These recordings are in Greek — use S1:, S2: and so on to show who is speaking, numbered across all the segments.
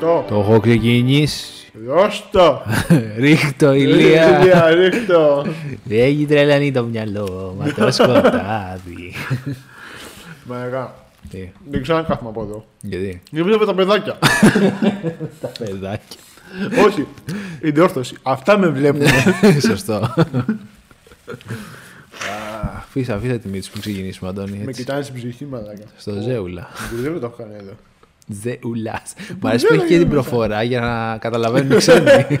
S1: Το.
S2: Το έχω ξεκινήσει.
S1: Δώσ' το.
S2: Ρίχτω, ηλία.
S1: Ηλία, ρίχτω.
S2: Δεν έχει τρελανεί το μυαλό, μα το σκοτάδι.
S1: Μαλακά.
S2: Τι,
S1: Δεν ξανακάθομαι από εδώ.
S2: γιατί,
S1: Δεν βλέπω τα παιδάκια.
S2: τα παιδάκια.
S1: Όχι. Η διόρθωση. Αυτά με
S2: Ναι,
S1: βλέπουν.
S2: Σωστό. Αφήσα, αφήσα τη μύτη σου που ξεκινήσουμε, Αντώνη.
S1: Με
S2: έτσι.
S1: κοιτάνε στην ψυχή, μαλακά.
S2: Στο Ζέουλα.
S1: Δεν το έχω κάνει εδώ.
S2: Ζεουλάς. Μ' αρέσει που
S1: Ζέουλα
S2: έχει και την
S1: είναι
S2: προφορά για να καταλαβαίνουν οι ξένοι.
S1: Με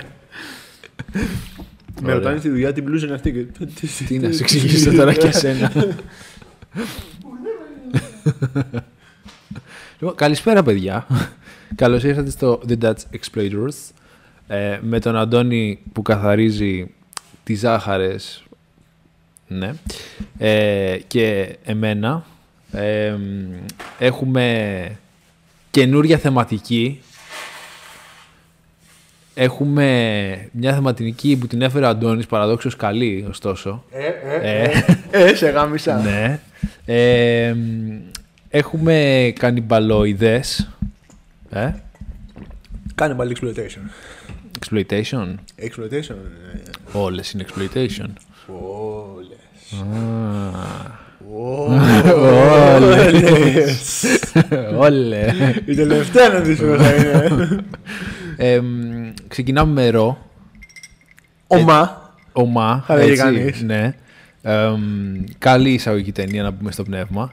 S2: Ωραία.
S1: ρωτάνε στη δουλειά την μπλούζα είναι αυτή. και- τι-
S2: Τι να σου εξηγήσω τώρα και εσένα. Λοιπόν, καλησπέρα παιδιά. Καλώς ήρθατε στο The Dutch Exploiters. Ε, με τον Αντώνη που καθαρίζει τις ζάχαρες. Ναι. Ε, και εμένα. Ε, μ, έχουμε καινούρια θεματική. Έχουμε μια θεματική που την έφερε ο Αντώνης, παραδόξως καλή ωστόσο.
S1: Ε, ε,
S2: Ε,
S1: ε, σε γάμισα.
S2: ναι. Ε, μ, έχουμε κανιμπαλοειδές. Ε,
S1: Κάνε πάλι exploitation.
S2: exploitation.
S1: Exploitation. ε,
S2: Όλες είναι exploitation.
S1: Όλες.
S2: Α,
S1: Όλες.
S2: Όλε.
S1: Η τελευταία να δεις ποιος θα είναι.
S2: Ε, μ, ξεκινάμε με ρο.
S1: Ομά.
S2: Ομά.
S1: Θα λέγε
S2: έτσι,
S1: κανείς.
S2: Ναι. Ε, μ, καλή εισαγωγική ταινία να πούμε στο πνεύμα.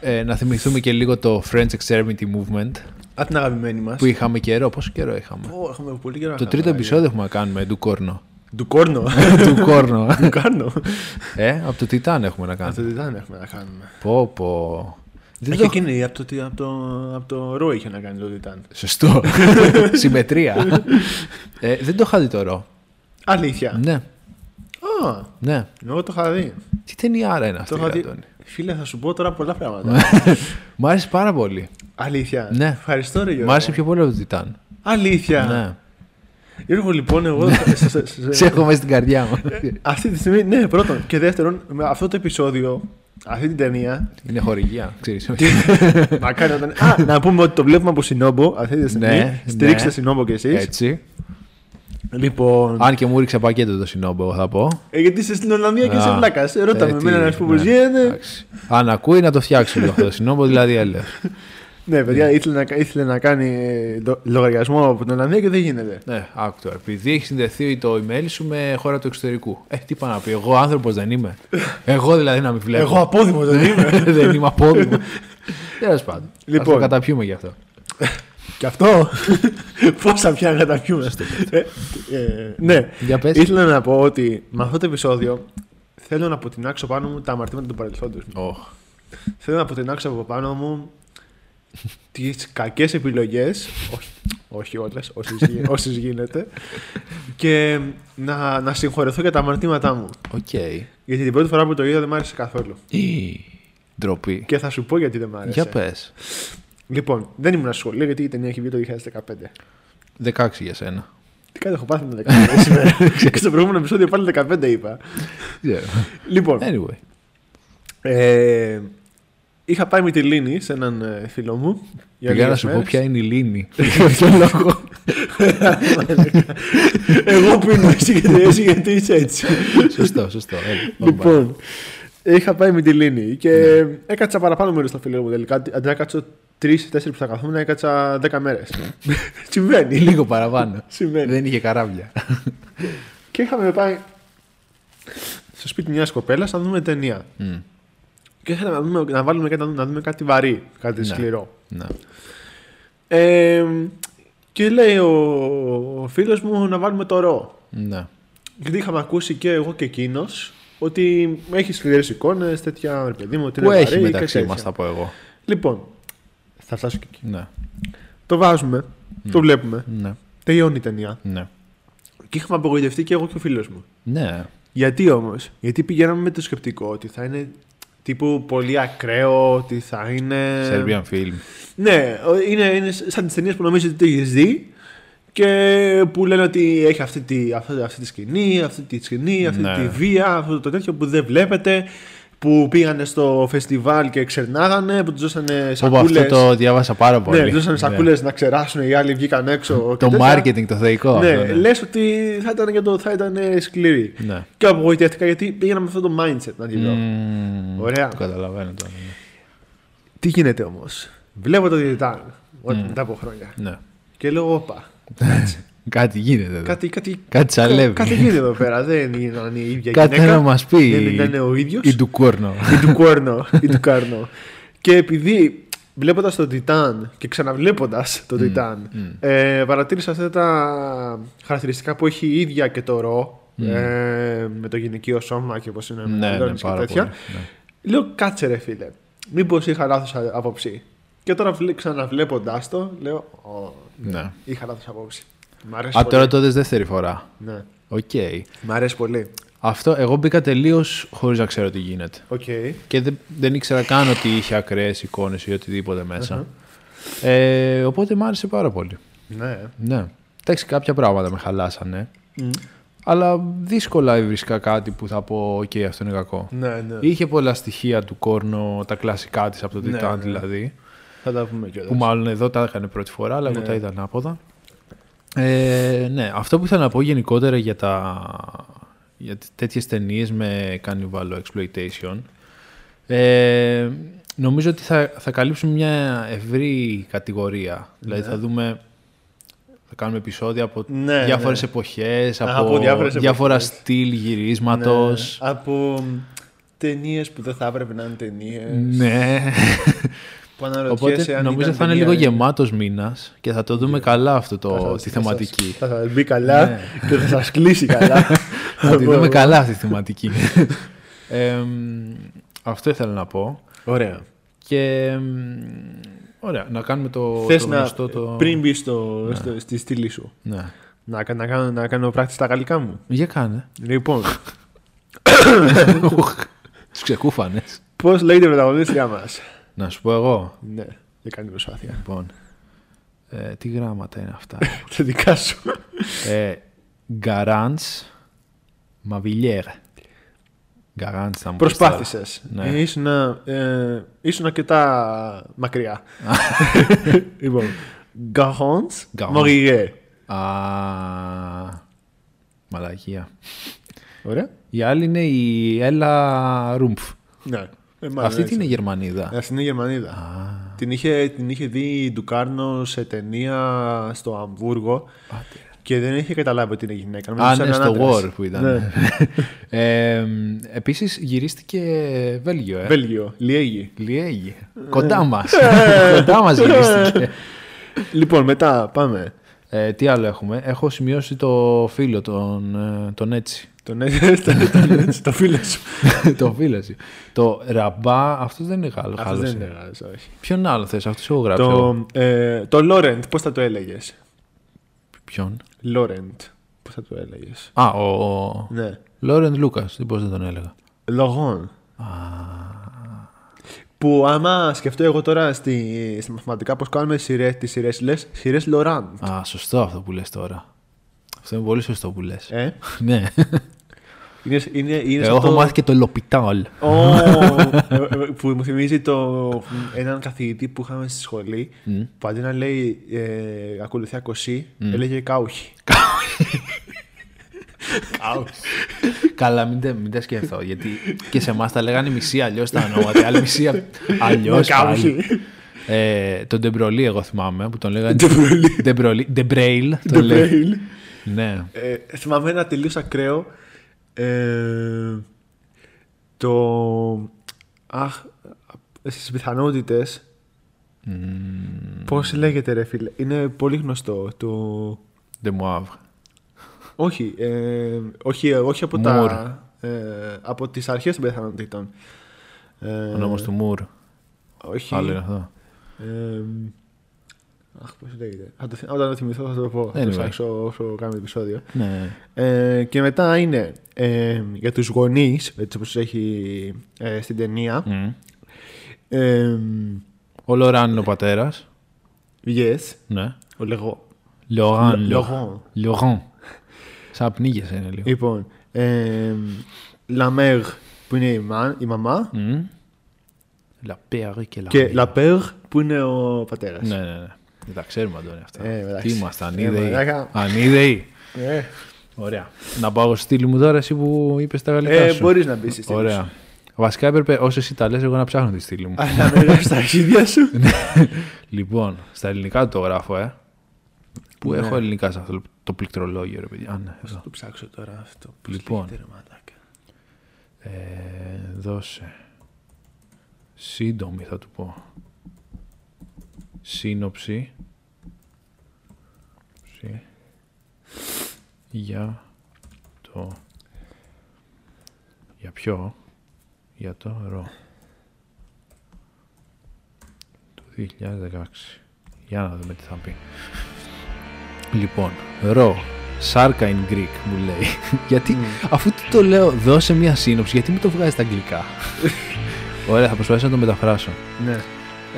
S2: Ε, να θυμηθούμε και λίγο το French Extremity Movement
S1: Απ' την αγαπημένη μας.
S2: που είχαμε καιρό. Πόσο καιρό είχαμε.
S1: Ω, Έχουμε πολύ καιρό. να
S2: Το
S1: κάνουμε,
S2: τρίτο
S1: ρε.
S2: επεισόδιο έχουμε να κάνουμε του κόρνο.
S1: Του κόρνο.
S2: του κόρνο.
S1: Του κάρνο.
S2: ε, από το Τιτάν έχουμε να
S1: Αυτό
S2: κάνουμε.
S1: δεν ήταν έχουμε να κάνουμε.
S2: πω, πω. Ε, Δεν
S1: Έχει
S2: το...
S1: εκείνη από το, τι- από το, από το ρο είχε να κάνει το Τιτάν.
S2: Σωστό. Συμμετρία. ε, δεν το είχα δει το ρο.
S1: Αλήθεια.
S2: ναι,
S1: Α,
S2: ναι.
S1: εγώ το είχα δει.
S2: Τι ταινιάρα είναι
S1: Το
S2: αυτή,
S1: είχα δει.
S2: Αντώνη.
S1: Φίλε, θα σου πω τώρα πολλά πράγματα.
S2: Μ' άρεσε πάρα πολύ.
S1: Αλήθεια.
S2: Ναι.
S1: Ευχαριστώ, ρε Γιώργο.
S2: Μ' άρεσε πιο πολύ από το Τιτάν.
S1: Αλήθεια.
S2: ναι.
S1: Γιώργο, λοιπόν, εγώ. σε- σε- σε-
S2: Σε έχω μέσα στην καρδιά μου.
S1: Αυτή τη στιγμή, ναι, πρώτον. Και δεύτερον, με αυτό το επεισόδιο, αυτή την ταινία.
S2: είναι χορηγία, ξέρεις.
S1: να κάνει όταν. Α, να πούμε ότι το βλέπουμε από Σινόμπο αυτή τη στιγμή.
S2: Ναι,
S1: Στηρίξτε
S2: ναι.
S1: Σινόμπο κι εσείς.
S2: Έτσι.
S1: Λοιπόν.
S2: Αν και μου ρίξε πακέτο το Σινόμπο, θα πω.
S1: Ε, γιατί είσαι στην Ολλανδία και
S2: Α,
S1: είσαι βλάκα. Ρώτα
S2: ε,
S1: με
S2: τι,
S1: μένα να σου πω πώ
S2: ναι.
S1: γίνεται.
S2: Εντάξει. Αν ακούει να το φτιάξει λίγο αυτό το Σινόμπο, δηλαδή έλεος.
S1: Ναι, παιδιά, ήθελε να, ήθελε να κάνει ε, λο- λογαριασμό από την Ολλανδία και δεν γίνεται.
S2: Ναι, άκου τώρα. Επειδή έχει συνδεθεί το email σου με χώρα του εξωτερικού. Ε, τι πάω να πει, εγώ άνθρωπος δεν είμαι. Εγώ δηλαδή να μην βλέπω.
S1: Εγώ απόδημο δεν
S2: Ναι.
S1: είμαι.
S2: δεν είμαι απόδειγμα. Τέλος πάντων. Λοιπόν.
S1: Λοιπόν.
S2: το καταπιούμε γι' αυτό.
S1: Κι αυτό. Πώς θα πια να τα πιούμε. Ε, ε, Ναι.
S2: Για πες.
S1: Ήθελα να πω ότι με αυτό το επεισόδιο θέλω να αποτινάξω πάνω μου τα αμαρτήματα του παρελθόντος μου.
S2: Ωχ.
S1: Θέλω να αποτινάξω από πάνω μου τις κακές επιλογές. Όχι όλες, όσες γίνεται. Και να, να συγχωρεθώ για τα αμαρτήματά μου.
S2: Οκ.
S1: Γιατί την πρώτη φορά που το είδα δεν μ' άρεσε καθόλου.
S2: Ή, Ντροπή.
S1: Και θα σου πω γιατί δεν μ' άρεσε.
S2: Για πες.
S1: Λοιπόν, δεν ήμουν σχολείο γιατί η ταινία έχει βγει το 2015.
S2: 16 για σένα.
S1: Τι κάτι έχω πάθει με τα 15 σήμερα. Και στο προηγούμενο επεισόδιο πάλι 15 είπα.
S2: Δεν ξέρω.
S1: Λοιπόν,
S2: Anyway.
S1: ε, είχα πάει με τη Λίνη σε έναν ε, φίλο μου. για
S2: Πήγα να
S1: λίγες
S2: σου πω
S1: μέρες.
S2: ποια είναι η λίμνη. Για ποιο λόγο.
S1: Εγώ πίνω εσύ γιατί, εσύ γιατί είσαι έτσι.
S2: Σωστό, σωστό. Έλα, πάμε.
S1: λοιπόν, είχα πάει με τη Λίνη και
S2: Ναι.
S1: έκατσα παραπάνω μέρος στο φίλο μου τελικά. Αντί να κάτσω 3-4 που θα καθόμουν, έκατσα 10 μέρε.
S2: Ναι. Ή
S1: Συμβαίνει.
S2: λίγο παραπάνω.
S1: Συμβαίνει.
S2: Δεν είχε καράβια.
S1: Και είχαμε πάει στο σπίτι μιας κοπέλας να δούμε ταινία.
S2: Μμ.
S1: Και ήθελα να, δούμε, να βάλουμε κάτι, να δούμε, να δούμε κάτι βαρύ, κάτι
S2: Ναι.
S1: σκληρό.
S2: Να.
S1: Ε, και λέει ο, ο φίλος μου να βάλουμε το ρο.
S2: Να.
S1: Γιατί είχαμε ακούσει και εγώ και εκείνος ότι έχει σκληρές εικόνες, τέτοια ρε παιδί μου. Ότι
S2: Που
S1: είναι
S2: έχει
S1: βαρύ και
S2: μεταξύ
S1: τέτοια.
S2: μας, θα πω εγώ.
S1: Λοιπόν, θα φτάσω και εκεί.
S2: Ναι,
S1: Το βάζουμε, το βλέπουμε.
S2: ναι,
S1: Τελειώνει η ταινία.
S2: ναι.
S1: Και είχαμε απογοητευτεί και εγώ και ο φίλος μου.
S2: Ναι,
S1: Γιατί όμως, Γιατί πηγαίναμε με το σκεπτικό ότι θα είναι τύπου πολύ ακραίο, ότι θα είναι.
S2: Serbian film.
S1: Ναι, ο- είναι, είναι σαν τις ταινίες που νομίζεις ότι έχεις δει και που λένε ότι έχει αυτή τη, αυτή, αυτή τη σκηνή, αυτή τη σκηνή, αυτή
S2: Ναι.
S1: τη βία, αυτό το τέτοιο που δεν βλέπετε. που πήγανε στο φεστιβάλ και ξερνάγανε, που τους δώσανε
S2: Όπου
S1: σακούλε.
S2: αυτό το διάβασα πάρα πολύ.
S1: Ναι, τους δώσανε σακούλες να ξεράσουν, οι άλλοι βγήκαν έξω. και
S2: Το
S1: τέτοια.
S2: marketing, το θεϊκό.
S1: Ναι,
S2: αυτό, ναι.
S1: λες ότι θα ήταν, για το, θα ήταν ε, σκληρή.
S2: Ναι. Mm.
S1: Και απογοητεύτηκα γιατί πήγαινα με αυτό το mindset να τη δω.
S2: Μμμ,
S1: Ωραία.
S2: Το καταλαβαίνω τώρα. ναι.
S1: Τι γίνεται όμως. Βλέπω το Διετάν
S2: Mm.
S1: μετά από χρόνια.
S2: Ναι. Ναι.
S1: Και λέω, όπα.
S2: Κάτι γίνεται. εδώ.
S1: Κάτι, κάτι,
S2: Κάτι τσαλεύει.
S1: Κάτι γίνεται εδώ πέρα. Δεν ήταν η ίδια
S2: Κάτι
S1: γυναίκα.
S2: να μας πει.
S1: Δεν ήταν ο ίδιος.
S2: Ή του κόρνο.
S1: ή του Κόρνο. ή του Κάρνο. Και επειδή βλέποντας τον Τιτάν και ξαναβλέποντας τον Τιτάν, ε, παρατήρησα αυτά τα χαρακτηριστικά που έχει η ίδια και το ρο. Ε, με το γυναικείο σώμα και πώς είναι με
S2: Ναι,
S1: τον
S2: ναι,
S1: Αντώνης και
S2: πάρα πολύ.
S1: τέτοια.
S2: ναι.
S1: Λέω κάτσε ρε φίλε. Μήπως είχα λάθος άποψη. Και τώρα βλέ- ξαναβλέποντάς το, λέω. «Ω,
S2: Ναι.
S1: Είχα λάθος άποψη. Μ' αρέσει
S2: Α,
S1: πολύ.
S2: τώρα το δες δεύτερη φορά.
S1: Ναι.
S2: Οκ.
S1: Μ' αρέσει πολύ.
S2: Αυτό εγώ μπήκα τελείως χωρίς να ξέρω τι γίνεται.
S1: Οκ.
S2: Και δεν, δεν ήξερα καν ότι είχε ακραίες εικόνες ή οτιδήποτε μέσα. Ε, οπότε μου άρεσε πάρα πολύ.
S1: Ναι.
S2: Ναι. Εντάξει, κάποια πράγματα με χαλάσανε. Αλλά δύσκολα βρίσκα κάτι που θα πω: Οκ, αυτό είναι κακό.
S1: Ναι, ναι.
S2: Είχε πολλά στοιχεία του κόρνο, τα κλασικά της από το
S1: Ναι,
S2: Titan
S1: ναι. Ναι.
S2: δηλαδή.
S1: Θα τα πούμε κιόλας.
S2: Που μάλλον εδώ τα έκανε πρώτη φορά, αλλά εγώ τα είδα ανάποδα. Ε, ναι, αυτό που ήθελα να πω γενικότερα για, τα, για τ- τέτοιες ταινίες με κανιβάλο exploitation ε, νομίζω ότι θα, θα καλύψουμε μια ευρύ κατηγορία. Δηλαδή θα δούμε, θα κάνουμε επεισόδια από
S1: Ναι,
S2: διάφορες
S1: ναι.
S2: εποχές,
S1: Α,
S2: από,
S1: από διάφορες
S2: διάφορα
S1: εποχές.
S2: στυλ γυρίσματος.
S1: Ναι. Από ταινίες που δεν θα έπρεπε να είναι ταινίες.
S2: ναι.
S1: Που αναρωτιέσαι
S2: Οπότε
S1: αν
S2: νομίζω
S1: ήταν
S2: θα είναι
S1: ταινία
S2: λίγο
S1: ή-
S2: γεμάτος μήνας και θα το δούμε καλά αυτό
S1: Θα
S2: το,
S1: σας-
S2: τη
S1: θα σας-
S2: θεματική.
S1: Θα σας μπει καλά και θα σας κλείσει καλά.
S2: Θα τη δούμε
S1: Ωραία.
S2: καλά αυτή τη θεματική. Ε, μ, αυτό ήθελα να πω.
S1: Ωραία.
S2: Και μ, ωραία, να κάνουμε το,
S1: Θε
S2: το
S1: να.
S2: γνωστό το...
S1: Πριν μπεις στο, στο- στη στήλη σου.
S2: Ναι.
S1: Να, κα- να, κάνω, να κάνω πράξη στα γαλλικά μου.
S2: Για κάνε.
S1: Λοιπόν,
S2: Τους ξεκούφανες.
S1: πώς λέγεται η πρωταγωνίστρια μας.
S2: Να σου πω εγώ.
S1: Ναι, δεν κάνει προσπάθεια.
S2: Λοιπόν, ε, τι γράμματα είναι αυτά.
S1: Τα δικά σου.
S2: ε, Garance Mavilier. Garance θα μου πεις
S1: Προσπάθησες.
S2: Ναι.
S1: Ε, ήσουν, ε, ήσουν αρκετά μακριά. λοιπόν, Garance
S2: Garance.
S1: Morillet.
S2: τώρα. Α, μαλακία.
S1: Ωραία.
S2: Η άλλη είναι η Έλα Ρούμφ.
S1: Ναι. Ε, μάλλον
S2: Αυτή
S1: έτσι.
S2: τι είναι Γερμανίδα.
S1: Αυτή είναι Γερμανίδα. Την, είχε, την είχε δει η Ντουκάρνο σε ταινία στο Αμβούργο και δεν είχε καταλάβει ότι είναι γυναίκα.
S2: Α,
S1: Νόμιζε
S2: ναι,
S1: ήταν
S2: στο
S1: Ε, άντρας.
S2: War που
S1: Ναι.
S2: ήταν. ε, Επίσης γυρίστηκε Βέλγιο, ε.
S1: Βέλγιο, Λιέγη.
S2: Λιέγη.
S1: Ε.
S2: Κοντά μας. Κοντά μας γυρίστηκε.
S1: λοιπόν, μετά πάμε.
S2: Ε, τι άλλο έχουμε. Έχω σημειώσει το φίλο, τον, ε, τον έτσι.
S1: Τον έδωσε το φίλο σου.
S2: το φίλο. σου. το ραμπά, αυτός δεν είναι Γάλλο.
S1: Αυτός
S2: Γάλλος
S1: δεν είναι
S2: είναι.
S1: Γάλλος, όχι.
S2: Ποιον άλλο θε, αυτό έχω γράψει. εγώ.
S1: Το, ε, το Λόρεντ, πώς θα το έλεγες.
S2: Ποιον.
S1: Λόρεντ, πώς θα το έλεγες.
S2: Α, ο.
S1: Ναι.
S2: Λόρεντ Λούκας. Τι πώ δεν τον έλεγα.
S1: Λογόν. Που άμα σκεφτώ εγώ τώρα στη, στα μαθηματικά πώς κάνουμε σειρές, τις σειρές, λες σειρές Λοράν.
S2: Α, σωστό αυτό που λες τώρα. Αυτό είναι πολύ σωστό που λες.
S1: Ε,
S2: ναι.
S1: είναι, είναι, είναι
S2: Εγώ έχω μάθει και το Λοπιτάλ.
S1: Ω, ε, που μου θυμίζει το, έναν καθηγητή που είχαμε στη σχολή που αντί να λέει ε, ακολουθεί ακοσί, έλεγε κάουχη.
S2: Καλά, μην τα, μην τα σκεφτώ. Γιατί και σε εμάς τα λέγανε μισή αλλιώς τα ονόματα, άλλη μισή αλλιώ.
S1: Ναι, κάποιοι.
S2: ε, τον Ντεμπρολί, εγώ θυμάμαι που τον λέγανε.
S1: Ντεμπρολί.
S2: Ντεμπρολί. Ντεμπρέιλ. τον
S1: The
S2: λέγανε.
S1: Braille.
S2: Ναι.
S1: Ε, θυμάμαι ένα τελείως ακραίο. Ε, το. Αχ, στις πιθανότητες. Πώς λέγεται, ρε φίλε. Είναι πολύ γνωστό. Το...
S2: Ντεμουάβ.
S1: Όχι, ε, όχι, όχι από, τα,
S2: Μουρ.
S1: ε, από τις αρχές των πιθανότητων. Ε,
S2: Ο νόμος του Μουρ.
S1: Όχι.
S2: Άλλο είναι αυτό.
S1: Ε, αχ, πώς λέγεται. Θα το θυ- Όταν το θυμηθώ θα το πω. Θα το
S2: Anyway.
S1: ψάξω όσο κάνουμε επεισόδιο.
S2: Ναι.
S1: Ε, και μετά είναι ε, για τους γονείς, έτσι όπως έχει ε, στην ταινία.
S2: Μμ.
S1: Ε,
S2: Ο Λοράν είναι ο πατέρας.
S1: yes,
S2: Ναι.
S1: ο λεγό.
S2: Λογάν.
S1: Λο- Λογόν.
S2: Ε, Λογάν. Σαν πνίγεσαι είναι λίγο.
S1: Λοιπόν, ε, La Mer που είναι η, μα, η μαμά,
S2: Μμμ. La père και la
S1: και
S2: mère.
S1: Λαπέρ που είναι ο πατέρας.
S2: Ναι, ναι, ναι. Δεν τα ξέρουμε, Αντώνη, αυτά.
S1: Ε, εντάξει.
S2: Τι είμαστε,
S1: Ε,
S2: ανίδεοι.
S1: μαλάκα.
S2: ανίδεοι.
S1: Ε,
S2: Ωραία. Να πάω στη στήλη μου τώρα, εσύ που είπες τα γαλλικά.
S1: ε,
S2: σου.
S1: Μπορείς να μπεις στη στήλη σου.
S2: Ωραία. Βασικά έπρεπε όσες εσύ τα λες, εγώ να ψάχνω τη στήλη μου.
S1: Αλλά με γράφει τα αρχίδια σου.
S2: λοιπόν, στα ελληνικά το γράφω, ε. Που
S1: Ναι.
S2: έχω ελληνικά σε αυτό το πληκτρολόγιο, ρε παιδιά. Α, ναι, εδώ.
S1: Θα το ψάξω τώρα αυτό.
S2: Λοιπόν.
S1: Λοιπόν. Τερματάκα.
S2: Ε, δώσε. Σύντομη θα του πω. Σύνοψη. Συ- Για το... Για ποιο? Για το ρο. Το 2016. Για να δούμε τι θα πει. Λοιπόν, ρο. Σάρκα in Greek μου λέει. γιατί, αφού του το λέω, δώσε μια σύνοψη, γιατί μου το βγάζει στα αγγλικά. Ωραία, θα προσπαθήσω να το μεταφράσω.
S1: Ναι.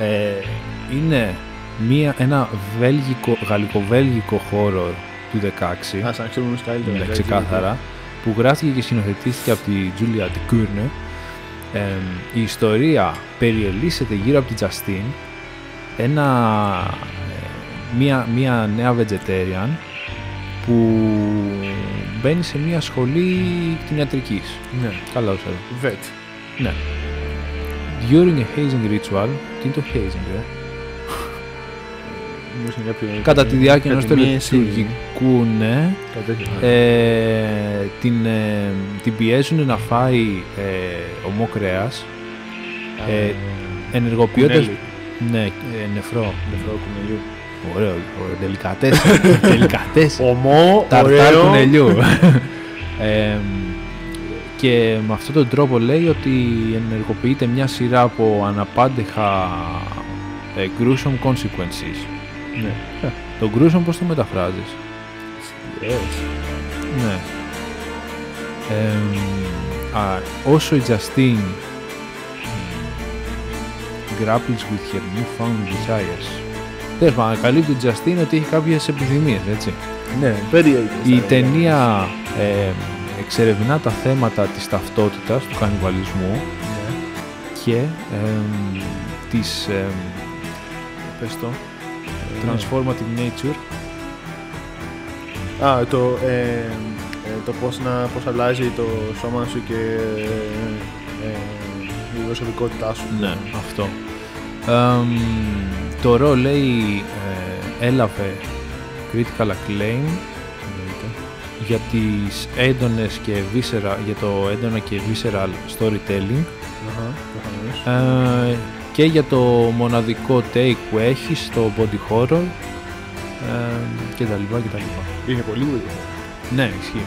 S2: Ε, είναι μια, ένα βέλγικο, γαλλικο-βέλγικο χώρο του 16.
S1: Α να ξέρουμε καλύτερα.
S2: Ναι,
S1: εντάξει.
S2: ξεκάθαρα. Που γράφτηκε και σκηνοθετήθηκε από τη Τζούλια Τικούρνε. Ε, η ιστορία περιελίσσεται γύρω από την Τζαστίν, ένα, ε, μία, μία νέα vegetarian που μπαίνει σε μία σχολή κτηνιατρικής.
S1: Ναι.
S2: Καλά όσο εδώ.
S1: Βετ.
S2: Ναι. During a hazing ritual, τι είναι το hazing, ε?
S1: Μου είναι κάποιο-
S2: Κατά τη διάρκεια ενός
S1: κατημίεση.
S2: τελετουργικού, ναι,
S1: Κάτι τέτοιο.
S2: ε, την, ε, την πιέζουν να φάει ε, ομό κρέας, ε, ενεργοποιώντας...
S1: κουνέλι.
S2: Ναι, ε, νεφρό.
S1: Νεφρό κουνελιού.
S2: Ωραίο, ωραίο. Τελικατές. τελικατές.
S1: Ομό,
S2: Ταρτάρ
S1: ωραίο.
S2: κουνελιού. ε, και με αυτόν τον τρόπο λέει ότι ενεργοποιείται μια σειρά από αναπάντεχα ε, gruesome consequences.
S1: Ναι.
S2: Το gruesome πώς το μεταφράζεις.
S1: Έτσι.
S2: Ναι. Ε, α, όσο η Justine grapples with her newfound desires. Τέλος πάντων, ανακαλύπτει η Justine ότι έχει κάποιες επιθυμίες, έτσι.
S1: Ναι, περίεργες.
S2: Η
S1: τα
S2: ταινία ε, εξερευνά τα θέματα της ταυτότητας, του κανιβαλισμού
S1: Ναι.
S2: και ε, της, ε, πες το, transformative nature
S1: Α, το, ε, ε, το πώς, να, πώς αλλάζει το σώμα σου και ε, η προσωπικότητά σου.
S2: Ναι, αυτό. Εμ, το ρο λέει ε, έλαβε critical acclaim για τις έντονες και visceral, για το έντονα και visceral storytelling
S1: Αχα, προφανώς.
S2: ε, και για το μοναδικό take που έχει στο body horror ε, και τα λοιπά και τα λοιπά.
S1: Είναι πολύ πολύ.
S2: Ναι, ισχύει.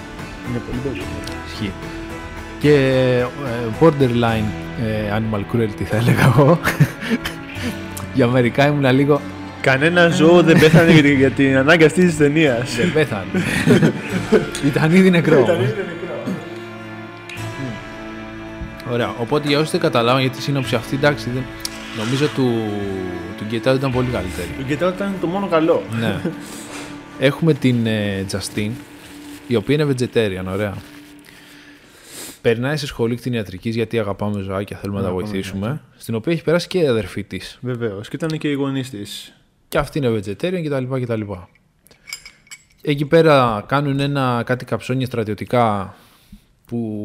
S1: Είναι πολύ πολύ.
S2: ισχύει. Και ε, borderline ε, animal cruelty θα έλεγα εγώ. για μερικά ήμουν λίγο
S1: Κανένα ζώο δεν πέθανε για την, για την ανάγκη αυτής της ταινίας.
S2: Δεν πέθανε. Ήταν ήδη νεκρό.
S1: Ήταν ήδη
S2: Ωραία. Οπότε για όσοι δεν καταλάβαν γιατί η σύνοψη αυτή, εντάξει, δεν... νομίζω του, του Γκετάου ήταν πολύ καλύτερη.
S1: Το Get Out ήταν το μόνο καλό.
S2: ναι. Έχουμε την ε, Τζαστίν, η οποία είναι vegetarian, ωραία. Περνάει σε σχολή κτηνιατρικής γιατί αγαπάμε ζωάκια, θέλουμε να τα βοηθήσουμε. Στην οποία έχει περάσει και η αδερφή της.
S1: Βεβαίως. Και ήταν και οι γονείς της.
S2: Και αυτή είναι vegetarian κτλ. κτλ. Εκεί πέρα κάνουν ένα, κάτι καψόνια στρατιωτικά που.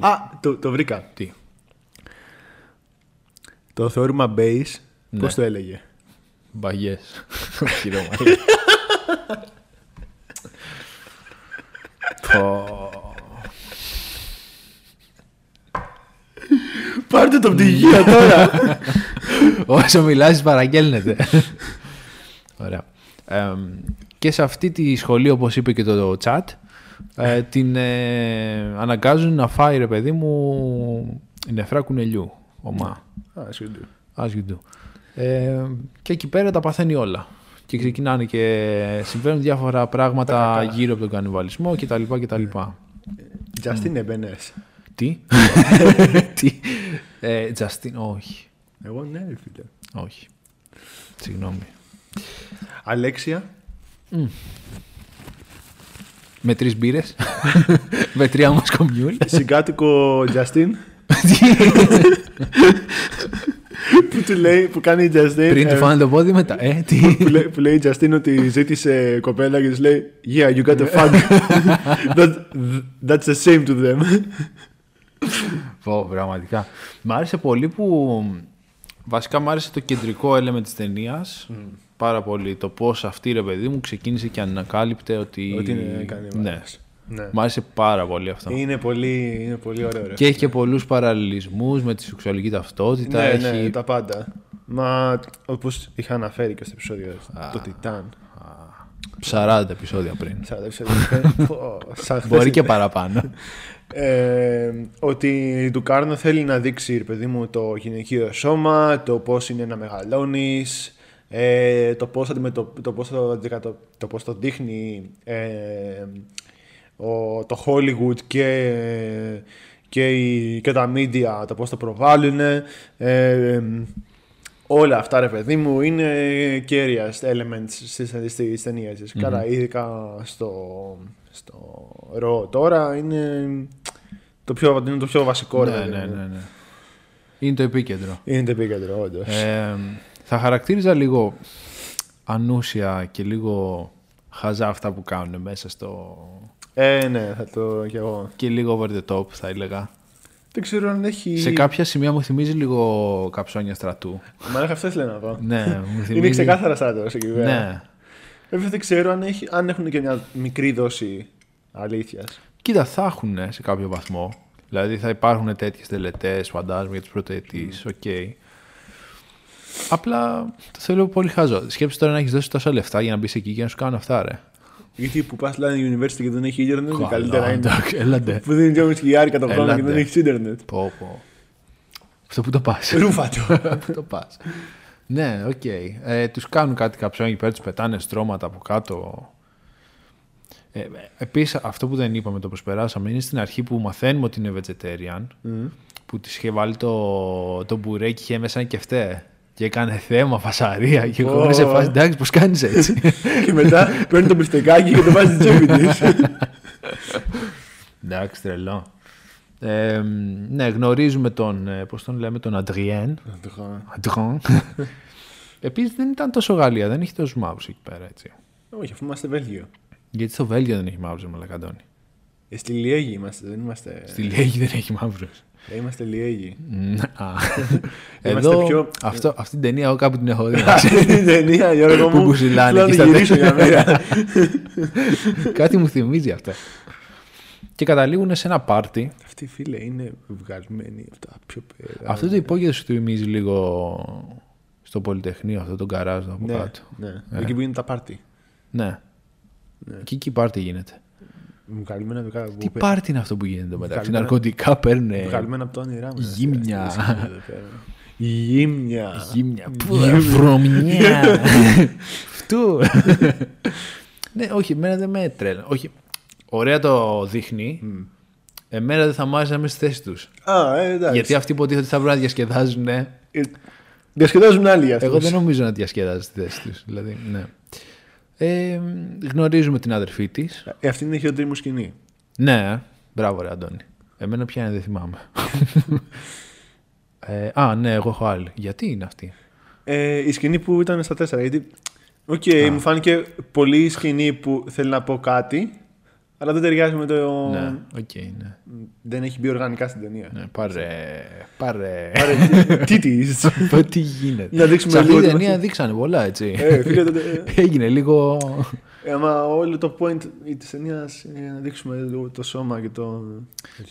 S1: Α, το, το βρήκα.
S2: Τι.
S1: Το θεώρημα base,
S2: Ναι.
S1: πώς το έλεγε.
S2: Μπαγιές. Χειρόμα.
S1: Πάρτε το πτυχίο τώρα!
S2: Όσο μιλάς παραγγέλνεται. Ωραία. Ε, και σε αυτή τη σχολή, όπως είπε και το chat, ε, την ε, αναγκάζουν να φάει, ρε παιδί μου, νεφρά κουνελιού. Ομά.
S1: Α, συγγνώμη.
S2: As you do. Ε, και εκεί πέρα τα παθαίνει όλα. Και ξεκινάνε και συμβαίνουν διάφορα πράγματα γύρω από τον κανιβαλισμό κτλ. κτλ.
S1: Justin έμπαινες.
S2: Τι. Τι. Ε, Justin, όχι.
S1: Εγώ ναι, ρε φίλε.
S2: Όχι. Συγγνώμη.
S1: Αλέξια,
S2: Με τρεις μπύρες. με τρία μοσκομιούλ.
S1: συγκάτοικο Justin. που του λέει, που κάνει η Justin.
S2: Πριν του
S1: ε,
S2: φάνε το πόδι, μετά. Ε, τι.
S1: που, λέει, που λέει η Justin ότι ζήτησε κοπέλα και της λέει Yeah, you got a fuck. That- that's a shame to them.
S2: Πω, πραγματικά. Μ' άρεσε πολύ που. Βασικά μ' άρεσε το κεντρικό έλεμα της ταινίας. Πάρα πολύ. Το πώς αυτή ρε παιδί μου ξεκίνησε και ανακάλυπτε ότι.
S1: Ότι είναι κανένα.
S2: Ναι.
S1: Ναι.
S2: Μ' άρεσε πάρα πολύ αυτό.
S1: Είναι πολύ, είναι πολύ ωραίο. ρε.
S2: Και έχει και πολλούς παραλληλισμούς με τη σεξουαλική ταυτότητα.
S1: ναι,
S2: έχει...
S1: ναι, τα πάντα. Μα όπως είχα αναφέρει και στο επεισόδιο, το Τιτάν.
S2: 40 επεισόδια πριν.
S1: 40 επεισόδια. Πω, σαν χθες
S2: Μπορεί και
S1: ήταν.
S2: παραπάνω.
S1: Ε, ότι του Κάρνο θέλει να δείξει, ρε παιδί μου, το γυναικείο σώμα, το πώς είναι να μεγαλώνεις, ε, το πώς, αντιμετω- το, πώς το, αντικατο- το πώς το δείχνει ε, ο, το Hollywood και, και, η, και τα media, το πώς το προβάλλουν. Ε, όλα αυτά, ρε παιδί μου, είναι κέρια elements στις, στις ταινίες της. Καλά, ειδικά στο, στο ρο τώρα είναι το πιο, είναι το πιο βασικό, ρε
S2: ναι,
S1: παιδί
S2: ναι,
S1: μου.
S2: ναι, ναι. Είναι το επίκεντρο.
S1: Είναι το επίκεντρο, όντως.
S2: Ε, θα χαρακτήριζα λίγο ανούσια και λίγο χαζά αυτά που κάνουν μέσα στο...
S1: Ε, ναι, θα το κι εγώ.
S2: και λίγο over the top θα έλεγα.
S1: Δεν ξέρω αν έχει...
S2: Σε κάποια σημεία μου θυμίζει λίγο καψόνια στρατού.
S1: Μα αυτό ήθελα να πω.
S2: ναι, μου θυμίζει...
S1: Είναι ξεκάθαρα στράτος εκεί πέρα. Ε,
S2: Ναι.
S1: Βέβαια δεν ξέρω αν, έχει, αν έχουν και μια μικρή δόση αλήθειας.
S2: Κοίτα, θα έχουν σε κάποιο βαθμό. Δηλαδή θα υπάρχουν τέτοιες τελετές, φαντάζομαι, για τους πρωτοετής, οκ. Απλά το θέλω πολύ χαζό. Σκέψου τώρα να έχεις δώσει τόσα λεφτά για να μπεις εκεί και να σου κάνουν αυτά, ρε.
S1: Γιατί που πας λένε university και δεν έχει ίντερνετ, είναι καλύτερα
S2: Καλά,
S1: είναι.
S2: εντάξει, Έλατε.
S1: Που δίνει 2.500 χιλιάρικα το χρόνο και
S2: Έλατε.
S1: δεν έχεις ίντερνετ.
S2: Πω, πω. Αυτό που το πας.
S1: Ρούφατο.
S2: Πού το πας. Ναι, οκ. Ε, τους κάνουν κάτι καψόν εκεί πέρα, τους πετάνε στρώματα από κάτω. Ε, επίσης, αυτό που δεν είπαμε, το προσπεράσαμε, είναι στην αρχή που μαθαίνουμε ότι είναι vegetarian, που της είχε βάλει το, το μπουρέκι και μέσα ένα κεφτέ. Και έκανε θέμα, φασαρία. Και εγώ είμαι σε φάση, εντάξει, πώς κάνεις έτσι.
S1: και μετά παίρνει το μπιστεκάκι και το βάζει στην τσέπη της.
S2: εντάξει, τρελό. Ε, μ, ναι, γνωρίζουμε τον, ε, πώς τον λέμε, τον Αντριέν. Αντρόν. Επίσης δεν ήταν τόσο Γαλλία, δεν είχε τόσου μαύρου εκεί πέρα έτσι.
S1: Όχι, αφού είμαστε Βέλγιο.
S2: Γιατί στο Βέλγιο δεν έχει μαύρου, Μαλακαντώνη.
S1: Ε, Στη Λιέγη είμαστε, δεν είμαστε.
S2: Στη Λιέγη δεν έχει μαύρου.
S1: Ε, Είμαστε Λιέγη.
S2: Εδώ,
S1: Ναι. πιο-
S2: αυτό, αυτή την ταινία εγώ κάπου την έχω δει.
S1: Αυτή την ταινία, Γιώργο
S2: Που
S1: μου.
S2: μπουζιλάνε
S1: θέλω να
S2: εκεί
S1: τη
S2: στα
S1: γυρίσω για μέρα.
S2: Κάτι μου θυμίζει αυτό. Και καταλήγουν σε ένα πάρτι.
S1: Αυτή φίλε είναι βγαλμένη από τα πιο πέρα.
S2: Αυτό το υπόγειο σου θυμίζει λίγο στο Πολυτεχνείο, αυτό το γκαράζ από
S1: Ναι,
S2: κάτω.
S1: ναι. Εκεί που είναι τα πάρτι.
S2: Ναι. Και εκεί πάρτι γίνεται.
S1: Βγαλμένα από κάτω.
S2: Τι
S1: Ναι. που-
S2: πάρτι είναι αυτό που γίνεται μεταξύ.
S1: Βγαλμένα-
S2: Ναρκωτικά παίρνουν.
S1: Βγαλμένα από τα όνειρά μου.
S2: Γύμνια.
S1: Γύμνια.
S2: Γύμνια. Βρωμιά. Φτού. Ναι, όχι, εμένα δεν με τρέλα. Όχι, ωραία το δείχνει. Εμένα δεν θα μ' άρεσε να είμαι στη θέση τους.
S1: Α, ε, εντάξει.
S2: Γιατί αυτοί υποτίθεται ότι θα βρουν να διασκεδάζουν. ναι.
S1: Ε, Διασκεδάζουν άλλοι για
S2: Εγώ δεν νομίζω να διασκεδάζει στη θέση τους. Δηλαδή, ναι. Ε, γνωρίζουμε την αδερφή της.
S1: Ε, αυτή είναι η χειρότερη μου σκηνή.
S2: Ναι, μπράβο, ρε Αντώνη. Εμένα πια είναι, δεν θυμάμαι. ε, α, ναι, εγώ έχω άλλη. Γιατί είναι αυτή.
S1: Ε, η σκηνή που ήταν στα τέσσερα. Γιατί. Οκ, μου φάνηκε πολύ σκηνή που θέλει να πω κάτι, αλλά δεν ταιριάζει με το.
S2: Ναι, οκ, ναι.
S1: Δεν έχει μπει οργανικά στην ταινία.
S2: Ναι, πάρε. Πάρε.
S1: Τι τη.
S2: Πω, Τι γίνεται.
S1: Να δείξουμε
S2: Σε αυτή
S1: λίγο
S2: την
S1: ότι
S2: ταινία δείξανε πολλά έτσι.
S1: Ε, φίλε, τότε.
S2: Έγινε λίγο.
S1: ε, Άμα όλο το point της ταινίας είναι να δείξουμε λίγο το σώμα και το.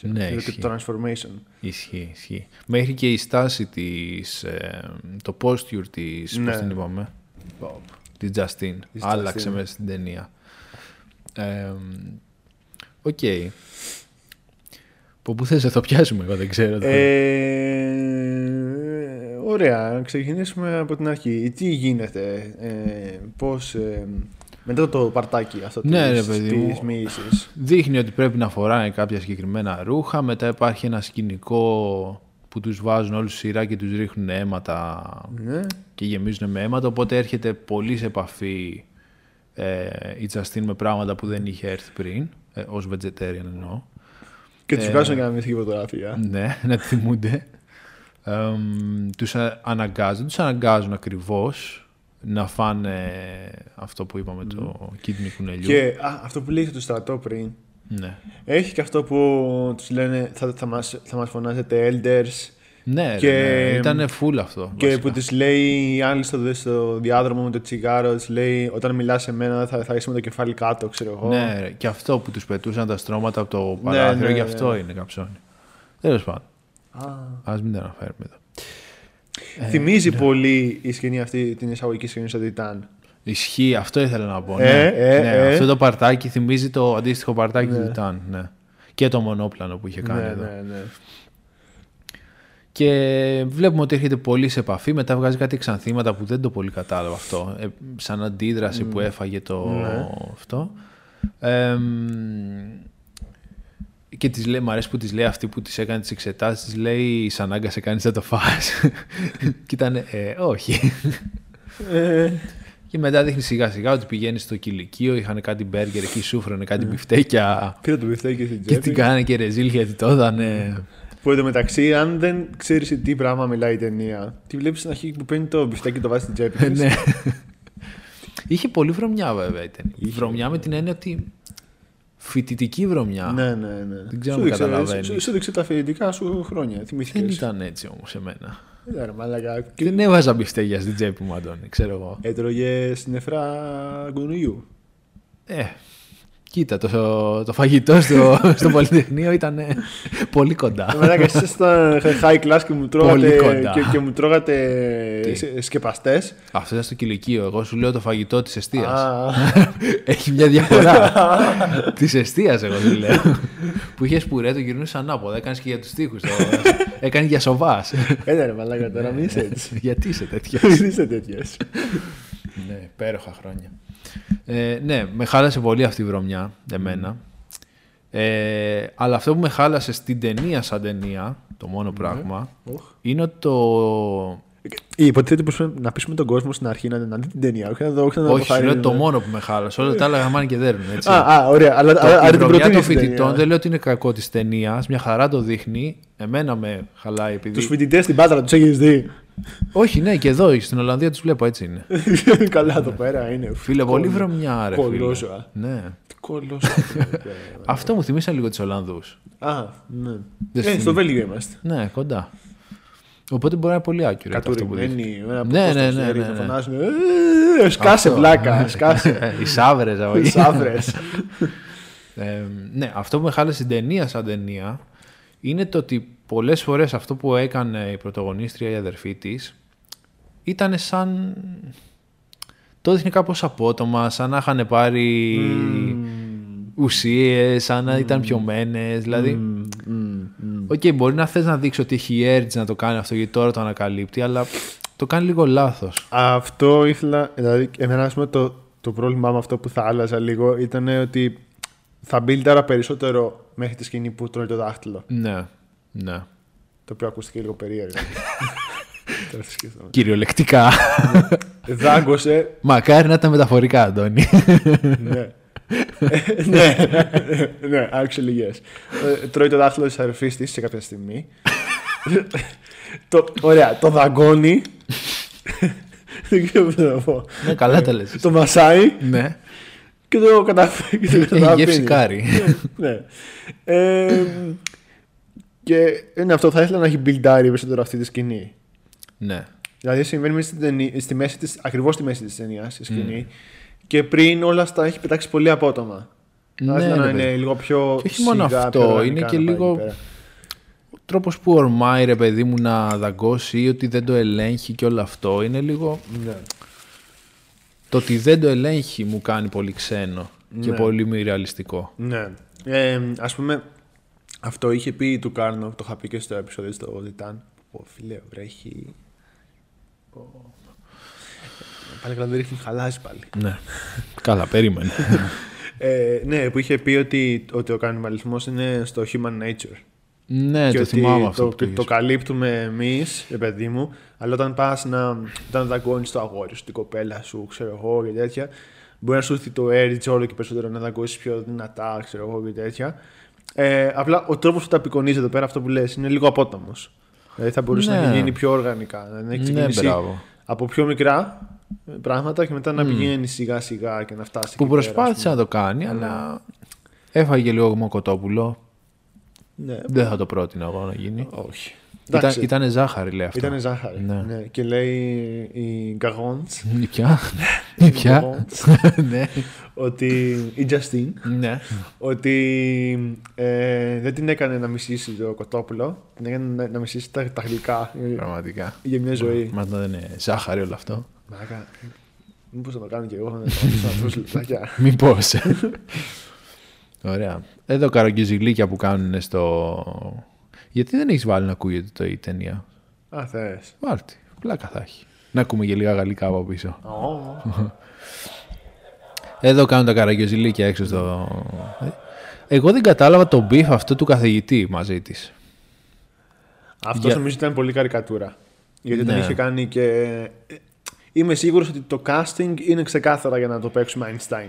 S2: Ναι,
S1: και
S2: ισχύει.
S1: το transformation.
S2: Ισχύει, ισχύει. Μέχρι και η στάση της. το posture της.
S1: Ναι.
S2: Πώ την είπαμε. Της Justin.
S1: Της
S2: Άλλαξε
S1: Justine.
S2: μέσα στην ταινία. Ε, Οκ. Από πού θες να το πιάσουμε, εγώ δεν ξέρω.
S1: Ε, ωραία, να ξεκινήσουμε από την αρχή. Τι γίνεται, ε, πώς... ε, μετά το παρτάκι αυτό
S2: Ναι,
S1: της,
S2: ρε παιδί
S1: της
S2: μου.
S1: μύησης.
S2: Δείχνει ότι πρέπει να φοράνε κάποια συγκεκριμένα ρούχα. Μετά υπάρχει ένα σκηνικό που τους βάζουν όλους σειρά και τους ρίχνουν αίματα
S1: Ναι.
S2: και γεμίζουν με αίματα. Οπότε έρχεται πολύ σε επαφή ε, η Τζαστίν με πράγματα που δεν είχε έρθει πριν, ε, ως vegetarian εννοώ.
S1: Και τους βγάζουν για να μην φωτογραφία.
S2: Ναι, να τη θυμούνται. Εμ, τους α- αναγκάζουν, τους αναγκάζουν ακριβώς να φάνε αυτό που είπαμε το κίτμι κουνελιού.
S1: Και α, αυτό που λέει για το στρατό πριν.
S2: Ναι.
S1: Έχει και αυτό που τους λένε θα, θα μας θα μας φωνάζετε elders.
S2: Ναι,
S1: Και-
S2: ήταν full αυτό.
S1: Και
S2: βασικά.
S1: που της λέει η άλλη στο, στο διάδρομο με το τσιγάρο, της λέει Όταν μιλάς σε μένα θα, θα είσαι με το κεφάλι κάτω, ξέρω εγώ.
S2: Ναι, ρε, και αυτό που τους πετούσαν τα στρώματα από το
S1: Ναι,
S2: παράθυρο,
S1: ναι,
S2: γι'
S1: ναι.
S2: αυτό είναι καψόνι. Τέλος πάντων,
S1: Α.
S2: ας μην τα αναφέρουμε εδώ. Ε,
S1: Θυμίζει
S2: ναι.
S1: πολύ η σκηνή αυτή, την εισαγωγική σκηνή στο Τιτάν.
S2: Ισχύει, αυτό ήθελα να πω.
S1: Ε,
S2: ναι.
S1: ε,
S2: ναι,
S1: ε.
S2: Αυτό το παρτάκι θυμίζει το αντίστοιχο παρτάκι του Τιτάν. Ναι. Και το μονόπλανο που είχε κάνει
S1: ναι,
S2: εδώ.
S1: ναι, ναι.
S2: Και βλέπουμε ότι έρχεται πολύ σε επαφή. Μετά βγάζει κάτι εξανθήματα που δεν το πολύ κατάλαβα αυτό. Ε, σαν αντίδραση που έφαγε το
S1: Ναι.
S2: αυτό. Ε, μ, και της λέει, μου αρέσει που της λέει αυτή που της έκανε τις εξετάσεις, της λέει «Σ' ανάγκασε κανείς να το φας». και ήταν «Ε, όχι».
S1: Ε,
S2: και μετά δείχνει σιγά σιγά ότι πηγαίνει στο κηλικείο, είχαν κάτι μπέργκερ εκεί, σούφρωνε κάτι μπιφτέκια
S1: πήρε το μπιφτέκι στην
S2: Ναι. και την
S1: τσέπη.
S2: κάνανε και ρεζίλ γιατί το έδανε.
S1: Που εντωμεταξύ, αν δεν ξέρεις τι πράγμα μιλάει η ταινία, τη βλέπεις στην αρχή που παίρνει το μπιφτέκι και το βάζει στην τσέπη. της.
S2: ναι. Είχε πολύ βρωμιά βέβαια η ταινία. βρωμιά με την έννοια ότι φοιτητική βρωμιά.
S1: ναι, ναι, ναι.
S2: Δεν ξέρω
S1: Σου
S2: αν
S1: δείξε-
S2: καταλαβαίνεις.
S1: Σου, σου δείξε τα αφεντικά σου χρόνια. Ε, Θυμηθήκε.
S2: Δεν ήταν έτσι όμως εμένα.
S1: Ήταν, μαλακά.
S2: Και δεν έβαζα μπιφτέγια στην τσέπη μου, Αντώνη, ξέρω εγώ.
S1: Έτρωγες νεφρά γκουνιού.
S2: Ε, κοίτα, το, το φαγητό στο, στο Πολυτεχνείο ήταν ε, πολύ
S1: Ε,
S2: κοντά.
S1: Μαλάκα, εσείς ήσασταν high class και μου τρώγατε,
S2: Πολύ κοντά.
S1: και, και μου τρώγατε
S2: Τι?
S1: σκεπαστές.
S2: Αυτό ήταν στο κηλικείο. Εγώ σου λέω το φαγητό της αιστεία.
S1: Α,
S2: Έχει μια διαφορά. της αιστεία, εγώ σου λέω. που είχες σπουρέ, το γυρνούσες ανάποδα. Έκανες και για τους τοίχου. Έκανες για σοβάς.
S1: Έλα Ε, ναι, ρε μαλάκα τώρα, μην είσαι
S2: Ναι,
S1: έτσι.
S2: Γιατί είσαι τέτοιος.
S1: Μην είσαι τέτοιες.
S2: Ναι, υπέροχα χρόνια. Ε, ναι, με χάλασε πολύ αυτή η βρωμιά, εμένα. Ε, αλλά αυτό που με χάλασε στην ταινία σαν ταινία, το
S1: Ναι.
S2: μόνο πράγμα,
S1: Οχ.
S2: είναι ότι το...
S1: Η υποτίθεται πως πρέπει να πείσουμε τον κόσμο στην αρχή να, να δει την ταινία, όχι να το, όχι να το
S2: Όχι, σου λέω
S1: αποθαρρύνουμε.
S2: το μόνο που με χάλασε. Όλα τα άλλα γαμάνε και δέρνουν, έτσι.
S1: Α, α, ωραία, αλλά
S2: Το-
S1: άρα- άρα
S2: η
S1: την
S2: βρωμιά των
S1: προτείνεις την
S2: φοιτητών
S1: ταινία.
S2: δεν λέω ότι είναι κακό της ταινίας. Μια χαρά το δείχνει. Εμένα με χαλάει επειδή.
S1: Τους φοιτητές στην Πάτρα τους έχεις δει.
S2: Όχι, ναι, και εδώ στην Ολλανδία τους βλέπω έτσι είναι.
S1: Καλά εδώ πέρα είναι.
S2: Φίλε, πολύ βρωμιά, ρε. φίλε.
S1: Κολόζωα.
S2: Ναι.
S1: Κολόσα.
S2: Αυτό μου θυμίσαν λίγο τους Ολλανδούς.
S1: Α, ναι.
S2: Δεν
S1: Ε, στο
S2: θυμ-
S1: Βέλγιο είμαστε.
S2: Ναι, κοντά. Οπότε μπορεί να είναι πολύ άκυρο αυτό που δείχνει.
S1: Κατουρημένοι, με ένα
S2: Ναι,
S1: ναι, ναι,
S2: ναι, ναι,
S1: χέρι,
S2: ναι,
S1: να
S2: ναι.
S1: φωνάζουν «Ε, Σκάσε
S2: Αυτό. ναι. Ε,
S1: βλάκα, σκάσε.
S2: Οι σαύρε,
S1: Τις άφρες.
S2: ε, ναι, αυτό που με χάλασε την ταινία σαν ταινία είναι το ότι πολλές φορές αυτό που έκανε η πρωταγωνίστρια η αδερφή της ήταν σαν. Το έδειχνε κάπως απότομα, σαν να είχαν πάρει
S1: Mm.
S2: ουσίες, σαν να ήταν πιωμένες. Δηλαδή,
S1: Μμμ, μμμ, μμμ.
S2: Οκ, μπορεί να θες να δείξει ότι έχει έρτζ να το κάνει αυτό γιατί τώρα το ανακαλύπτει, αλλά το κάνει λίγο λάθος.
S1: Αυτό ήθελα, δηλαδή εμένα ας πούμε, το, το πρόβλημά με αυτό που θα άλλαζα λίγο ήταν ότι θα μπίλταρα περισσότερο μέχρι τη σκηνή που τρώει το δάχτυλο.
S2: Ναι, ναι.
S1: Το οποίο ακούστηκε λίγο περίεργο. Τώρα το σκέφτομαι.
S2: Κυριολεκτικά.
S1: Δάγκωσε.
S2: Μακάρι να ήταν μεταφορικά, Αντώνη.
S1: ναι. Ε, ναι, ναι, actually yes. Ε, Τρώει το δάχτυλο της αδερφή τη σε κάποια στιγμή. το, ωραία, το δαγκώνει. Δεν ξέρω πώ να πω.
S2: ναι, καλά τα λες.
S1: Το μασάει
S2: ναι.
S1: και το καταφέρει. και το
S2: Έχει
S1: καταπίνει.
S2: γεύση κάρι.
S1: ναι. Ε, και είναι αυτό, θα ήθελα να έχει μπιλντάρει περισσότερο αυτή τη σκηνή.
S2: ναι.
S1: Δηλαδή συμβαίνει μέσα στην ταινία- στη μέση της, ακριβώς στη μέση της ταινίας η σκηνή και πριν όλα αυτά έχει πετάξει πολύ απότομα.
S2: Mm. Ναι,
S1: θα ήθελα να
S2: ρε
S1: είναι
S2: παιδί.
S1: λίγο πιο
S2: Και όχι μόνο
S1: σιγά,
S2: αυτό,
S1: πιο οργανικά
S2: είναι και
S1: να πάει
S2: λίγο-
S1: εκεί πέρα.
S2: Ο τρόπος που ορμάει ρε παιδί μου να δαγκώσει ή ότι δεν το ελέγχει και όλο αυτό είναι λίγο.
S1: Ναι.
S2: Το ότι δεν το ελέγχει μου κάνει πολύ ξένο και
S1: Ναι.
S2: πολύ μη ρεαλιστικό.
S1: Ναι. Ε, ας πούμε, αυτό είχε πει του Κάρνο, το είχα πει και στο επεισόδιο στο Τιτάν. Πω φίλε, βρέχει... Πω. Πάλι καλά δεν ρίχνει, χαλάζει πάλι.
S2: Ναι. καλά, περίμενε.
S1: Ε, ναι, που είχε πει ότι, ότι ο κανιβαλισμός είναι στο human nature.
S2: ναι,
S1: και
S2: το
S1: ότι
S2: θυμάμαι αυτό.
S1: το,
S2: που το
S1: το
S2: είχες
S1: καλύπτουμε εμείς, ρε παιδί μου, αλλά όταν πας να. όταν δαγκώνεις το αγόρι σου, την κοπέλα σου, ξέρω εγώ και τέτοια, μπορεί να σου έρθει το έριτ όλο και περισσότερο να δαγκώσεις πιο δυνατά, ξέρω εγώ και τέτοια. Ε, απλά ο τρόπος που τα απεικονίζει εδώ πέρα, αυτό που λες, είναι λίγο απότομος. Δηλαδή θα μπορούσε να
S2: Ναι.
S1: έχει γίνει πιο οργανικά. Να έχει
S2: Ναι,
S1: ξεκινήσει
S2: μπράβο.
S1: από πιο μικρά ε, πράγματα και μετά να πηγαίνει σιγά σιγά και να φτάσει.
S2: Που
S1: εκεί πέρα, ας
S2: προσπάθησε να το
S1: Ναι.
S2: κάνει, αλλά έφαγε λίγο γμοκοτόπουλο.
S1: πούμε. Ναι.
S2: Δεν θα το πρότεινα εγώ να γίνει.
S1: Όχι.
S2: Ήταν,
S1: Εντάξει, ήταν,
S2: ήτανε ζάχαρη, λέει αυτό.
S1: ζάχαρη.
S2: Ναι.
S1: Ναι. Και λέει η Gagons
S2: Η Ποια. Η Ποια.
S1: Gagons,
S2: ναι.
S1: ότι η Justine
S2: ναι.
S1: ότι ε, δεν την έκανε να μισήσει το κοτόπουλο, την έκανε να, να μισήσει τα, τα γλυκά ε,
S2: Πραγματικά.
S1: για μια ζωή.
S2: Μα δεν είναι ζάχαρη όλο αυτό.
S1: Μαλάκα, μήπως θα το κάνω κι εγώ, να τραβήξω να τρως λεπτάκια.
S2: Μήπως. Ωραία. Εδώ καρογκιζιλίκια που κάνουν στο. Γιατί δεν έχεις βάλει να ακούγεται το η ταινία.
S1: Α, θες.
S2: Βάλτε. Πλάκα θα έχει. Να ακούμε και λίγα γαλλικά από πίσω.
S1: Ω,
S2: Εδώ κάνουν τα καραγκιοζηλίκια έξω στο. Ε, Εγώ δεν κατάλαβα τον μπιφ αυτό του καθηγητή μαζί της.
S1: Αυτός
S2: Για-
S1: νομίζω ήταν πολύ καρικατούρα. Γιατί τον
S2: Ναι.
S1: είχε κάνει και... ε, Είμαι σίγουρος ότι το casting είναι ξεκάθαρα για να το παίξουμε Einstein.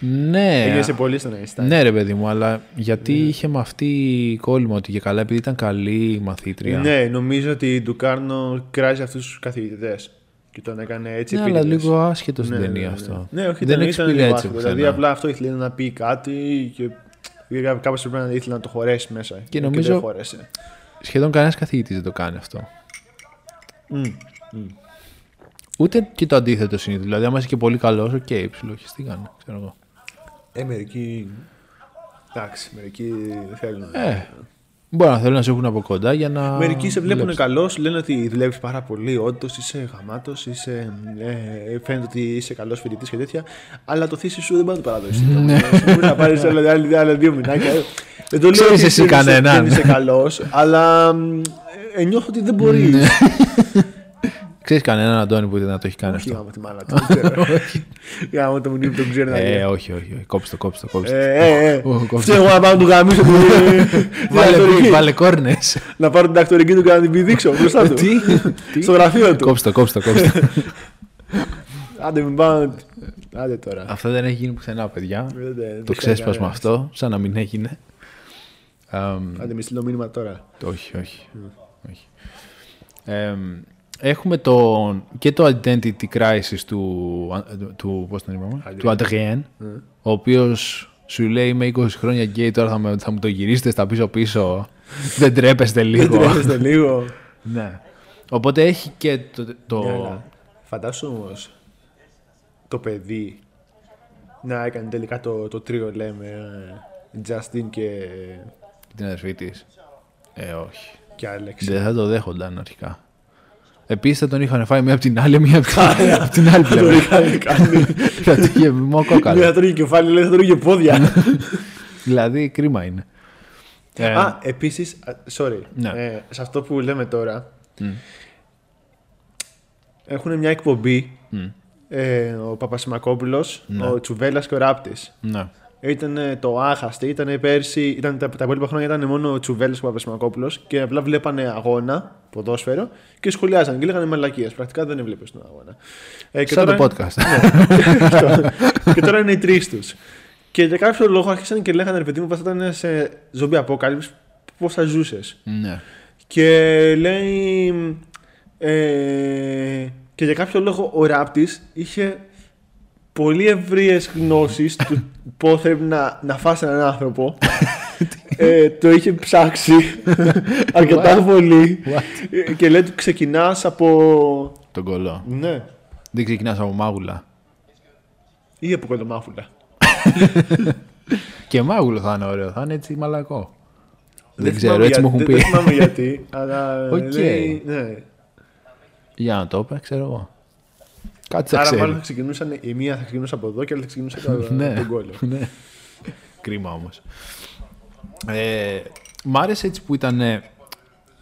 S2: Ναι.
S1: Έγινε πολύ στον Einstein.
S2: Ναι, ρε παιδί μου, αλλά γιατί
S1: Ναι.
S2: είχε με αυτή κόλλημα ότι και καλά, επειδή ήταν καλή η μαθήτρια.
S1: Ναι, νομίζω ότι η Ντουκάρνο κράζει αυτούς τους καθηγητές. Και τον έκανε έτσι.
S2: Ναι, αλλά
S1: επίτηδες.
S2: λίγο άσχετος στην
S1: Ναι, ναι,
S2: ταινία
S1: ναι, ναι.
S2: αυτό.
S1: Ναι, όχι,
S2: δεν
S1: δεν ήταν λίγο
S2: εξυπηρέτησε
S1: άσχετο. Δηλαδή,
S2: πουθενά.
S1: απλά αυτό ήθελε να πει κάτι και κάπω έπρεπε να ήθελε να το χωρέσει μέσα. Και
S2: νομίζω-
S1: δεν χωρέσε.
S2: Σχεδόν κανένας καθηγητής δεν το κάνει αυτό. Ούτε και το αντίθετο συνήθως. Δηλαδή, άμα είσαι και πολύ καλός, οκ, okay, τι κάνω, ξέρω εγώ.
S1: Ε, μερικοί. Εντάξει, μερικοί δεν θέλουν.
S2: Ε, μπορεί να θέλουν να σε έχουν από κοντά για να.
S1: Μερικοί σε βλέπουν
S2: δουλέψεις.
S1: καλό, σου λένε ότι δουλεύεις πάρα πολύ. Όντως είσαι γαμάτος, είσαι, ε, φαίνεται ότι είσαι καλός φοιτητής και τέτοια. Αλλά το θύση σου δεν μπορεί να το παραδώσει. Ναι. Μπορεί να πάρεις άλλα, άλλα- άλλα δύο μηνάκια. Ε, Δεν το λέω
S2: Ξέρεις
S1: ότι
S2: εσύ
S1: δεν είσαι-
S2: κανέναν.
S1: Δεν είσαι καλός, αλλά μ, ε, νιώθω ότι δεν μπορείς. Ναι.
S2: Ξέρεις κανέναν Αντώνη που να το έχει κάνει
S1: Όχι,
S2: αυτό.
S1: γάμο τη μάνα του. δεν ξέρω. Γάμο το μουνί που τον ξέρει να λέει.
S2: Ε, όχι, όχι. όχι. Κόψτε, κόψτε, κόψτε.
S1: Ε, ε,
S2: Ο, κόψε.
S1: Φταίω εγώ να πάω να του γαμίσω. την- την
S2: Βάλε,
S1: ακτορική.
S2: βάλε κόρνες.
S1: Να πάρω την τακτορική του και να την πηδήξω μπροστά του.
S2: Τι?
S1: Στο γραφείο του.
S2: Κόψτε, κόψτε, κόψτε.
S1: Άντε, μην πάμε. Άντε τώρα.
S2: Αυτό δεν έχει γίνει πουθενά, παιδιά.
S1: Δεν- δεν- δεν
S2: Το
S1: ξέρει
S2: ξέσπασμα
S1: κανένας.
S2: αυτό, σαν να μην έγινε. Αμ,
S1: Άντε, με στείλω μήνυμα τώρα.
S2: Το Όχι, όχι. όχι. Εμ, έχουμε τον, και το identity crisis του, του, πώς τον είπαμε, του Adrien,
S1: Ναι.
S2: ο οποίος σου λέει είμαι 20 χρόνια γκέι, τώρα θα, με- θα μου το γυρίσετε στα πίσω-πίσω. Δεν τρέπεστε
S1: Δεν
S2: λίγο.
S1: τρέχεστε λίγο.
S2: ναι. Οπότε έχει και το... το...
S1: Αλλά Φαντάσου όμως το παιδί να έκανε τελικά το, το τρίο, λέμε. ε, Justin και,
S2: την αδερφή της. Ε, όχι.
S1: και Alex.
S2: Δεν θα το δέχονταν αρχικά. Επίσης θα τον είχαν φάει μία από την άλλη, μία από την, απ' την άλλη
S1: Θα το
S2: πλευρά.
S1: είχαν κάνει.
S2: θα του είχε μοκόκαλο.
S1: Λέει, Θα τρώγει κεφάλι, λέει, θα τρώγει και πόδια.
S2: Ναι. Δηλαδή, κρίμα είναι. Ε,
S1: Α, επίσης, sorry.
S2: Ναι.
S1: Ε, σε αυτό που λέμε τώρα. Έχουν μια εκπομπή. Ε, ο Παπασημακόπουλος, ο Τσουβέλλας και ο Ράπτης.
S2: ναι.
S1: Ήταν ε, το άχαστη, ήταν πέρσι, ήταν τα, τα υπόλοιπα χρόνια ήταν μόνο ο Τσουβέλλα και ο Παπασημακόπουλο και απλά βλέπανε αγώνα, ποδόσφαιρο και σχολιάζαν και λέγανε μαλακίες. Πρακτικά δεν έβλεπες τον αγώνα. Ε, και
S2: Σαν
S1: τώρα-
S2: το podcast.
S1: Αυτό. και τώρα είναι οι τρεις τους. Και για κάποιο λόγο άρχισαν και λέγανε ρε παιδί μου, πως θα ήταν σε zombie apocalypse, πώς θα ζούσες.
S2: ναι.
S1: Και λέει. Ε, και για κάποιο λόγο ο ράπτης είχε πολύ ευρείε γνώσεις του πώ πρέπει να, να φάσει έναν άνθρωπο. ε, το είχε ψάξει αρκετά πολύ. Ε, και λέει ότι ξεκινάς από.
S2: Τον κολλό.
S1: Ναι,
S2: Δεν ξεκινάς από μάγουλα.
S1: ή από κοντομάφουλα.
S2: Και μάγουλο θα είναι ωραίο, θα είναι έτσι μαλακό. Δεν, ξέρω,
S1: θυμάμαι
S2: έτσι μου
S1: για-
S2: έχουν
S1: δεν-
S2: πει.
S1: Δεν θυμάμαι γιατί, αλλά.
S2: Οκ.
S1: λέει, ναι.
S2: Για να το είπα, ξέρω εγώ. Κάτσε
S1: Άρα
S2: ξέρω.
S1: μάλλον θα ξεκινούσαν. Η μία θα ξεκινούσε από εδώ και η άλλη θα ξεκινούσε από
S2: ναι.
S1: τον κόλλο.
S2: ναι. Κρίμα όμως. Ε, μ' άρεσε έτσι που ήταν ε,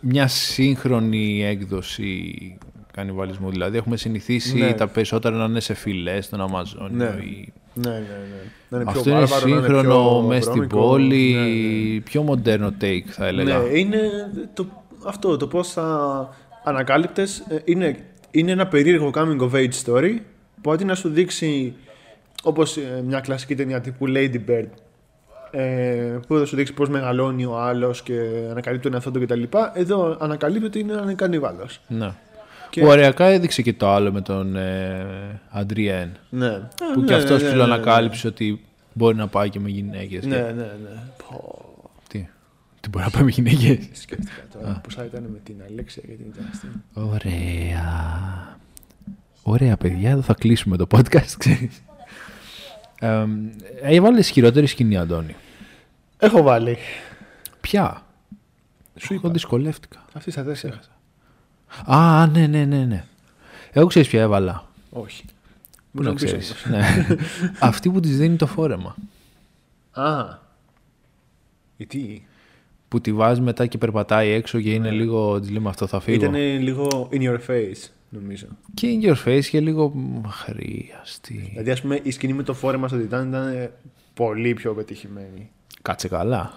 S2: μια σύγχρονη έκδοση κανιβαλισμού. Δηλαδή, έχουμε συνηθίσει
S1: Ναι.
S2: τα περισσότερα να είναι σε φυλές, στον Αμαζόνιο
S1: Ναι.
S2: ή
S1: Ναι, ναι, ναι. Να πιο
S2: Αυτό είναι
S1: βάρβαρο, να πιο
S2: σύγχρονο, μέσα στην
S1: βρώμικο.
S2: πόλη,
S1: Ναι, ναι.
S2: πιο μοντέρνο take θα έλεγα.
S1: Ναι, είναι το, αυτό το πώς θα ανακάλυπτες. Είναι, είναι ένα περίεργο coming of age story ε, που αντί να σου δείξει όπως μια κλασική ταινία τύπου Lady Bird ε, που θα σου δείξει πώς μεγαλώνει ο άλλος και ανακαλύπτει τον εαυτό του κτλ. Εδώ ανακαλύπτει ότι είναι ένα κανιβάλος.
S2: Ναι.
S1: Και-
S2: Που ωριακά έδειξε και το άλλο με τον ε, Αντριέν.
S1: Ναι.
S2: που και αυτό ψηλοανακάλυψε ότι μπορεί να πάει και με γυναίκες.
S1: Ναι, ναι, ναι. ναι. Πω,
S2: Τι, τι μπορεί να πάει με γυναίκε.
S1: σκέφτηκα τώρα. Πώς θα ήταν με την Αλέξια γιατί ήταν στην.
S2: Ωραία. Ωραία, παιδιά. Εδώ θα κλείσουμε το podcast, ξέρεις. Ε, Έβαλες χειρότερη σκηνή, Αντώνη.
S1: Έχω βάλει.
S2: Ποια? Σου είπα. δυσκολεύτηκα.
S1: Αυτή ε? στα τέσσερα.
S2: Α, ναι, ναι, ναι, ναι. Εγώ ξέρεις ποια έβαλα.
S1: Όχι. Μου
S2: Πού να
S1: πεις
S2: ξέρεις.
S1: όμως.
S2: Ναι. Αυτή που της δίνει το φόρεμα.
S1: Α. Γιατί.
S2: Που τη βάζεις μετά και περπατάει έξω και είναι λίγο. Της λέμε αυτό θα φύγω.
S1: Ήταν λίγο in your face, νομίζω.
S2: Και in your face και λίγο μ, χρειαστή.
S1: Δηλαδή, ας πούμε, η σκηνή με το φόρεμα στο Τιτάν ήταν ε, πολύ πιο πετυχημένη.
S2: Κάτσε καλά.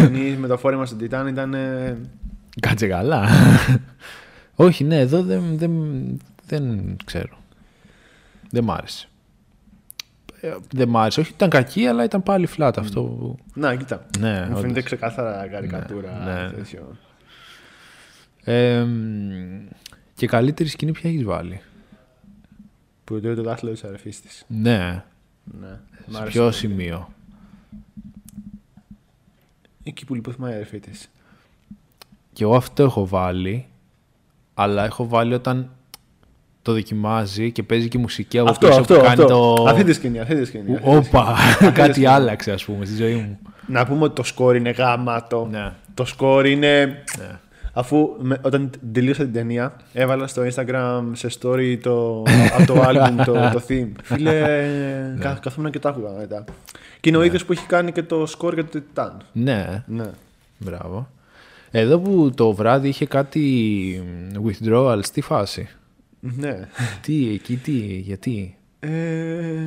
S1: Η σκηνή με το φόρεμα στον Τιτάν ήταν. ε,
S2: Κάτσε καλά. Όχι, ναι, εδώ δεν, δεν, δεν ξέρω. Δεν μ' άρεσε. Ε, Δεν μ' άρεσε. Όχι, ήταν κακή, αλλά ήταν πάλι flat αυτό. που-
S1: Να, κοίτα.
S2: Ναι,
S1: Μου φαίνεται
S2: όντως.
S1: ξεκάθαρα καρικατούρα.
S2: Ναι, ναι.
S1: τέτοιο.
S2: Ε, μ, και καλύτερη σκηνή ποια έχεις βάλει.
S1: Που τρώει το δάχτυλο τη αρεφή τη.
S2: Ναι.
S1: Ναι. Μ'
S2: Σε
S1: άρεσε
S2: ποιο
S1: πολύ.
S2: σημείο.
S1: Εκεί που λιποθυμάει η αρεφή τη.
S2: Και εγώ αυτό έχω βάλει. Αλλά έχω βάλει όταν το δοκιμάζει και παίζει και μουσική από
S1: Αυτό,
S2: πίσω
S1: αυτό.
S2: που κάνει
S1: αυτό.
S2: το...
S1: Αυτή τη σκηνή. Αυτή τη σκηνή. αυτή τη
S2: Όπα,
S1: σκηνή.
S2: κάτι άλλαξε ας πούμε στη ζωή μου.
S1: Να πούμε ότι το σκορ είναι γάμματο.
S2: Ναι.
S1: Το σκορ είναι. Αφού με- όταν τελείωσα την ταινία, έβαλα στο Instagram σε story το, από το album, το, το theme. Φίλε,
S2: Ναι.
S1: κα, καθόμουν και τα άκουγα μετά. Και είναι ο ίδιος που έχει κάνει και το σκορ για το Titan.
S2: Ναι,
S1: Ναι.
S2: μπράβο. Εδώ που το βράδυ είχε κάτι withdrawal, στη φάση.
S1: Ναι.
S2: τι, εκεί, τι, γιατί.
S1: Ε,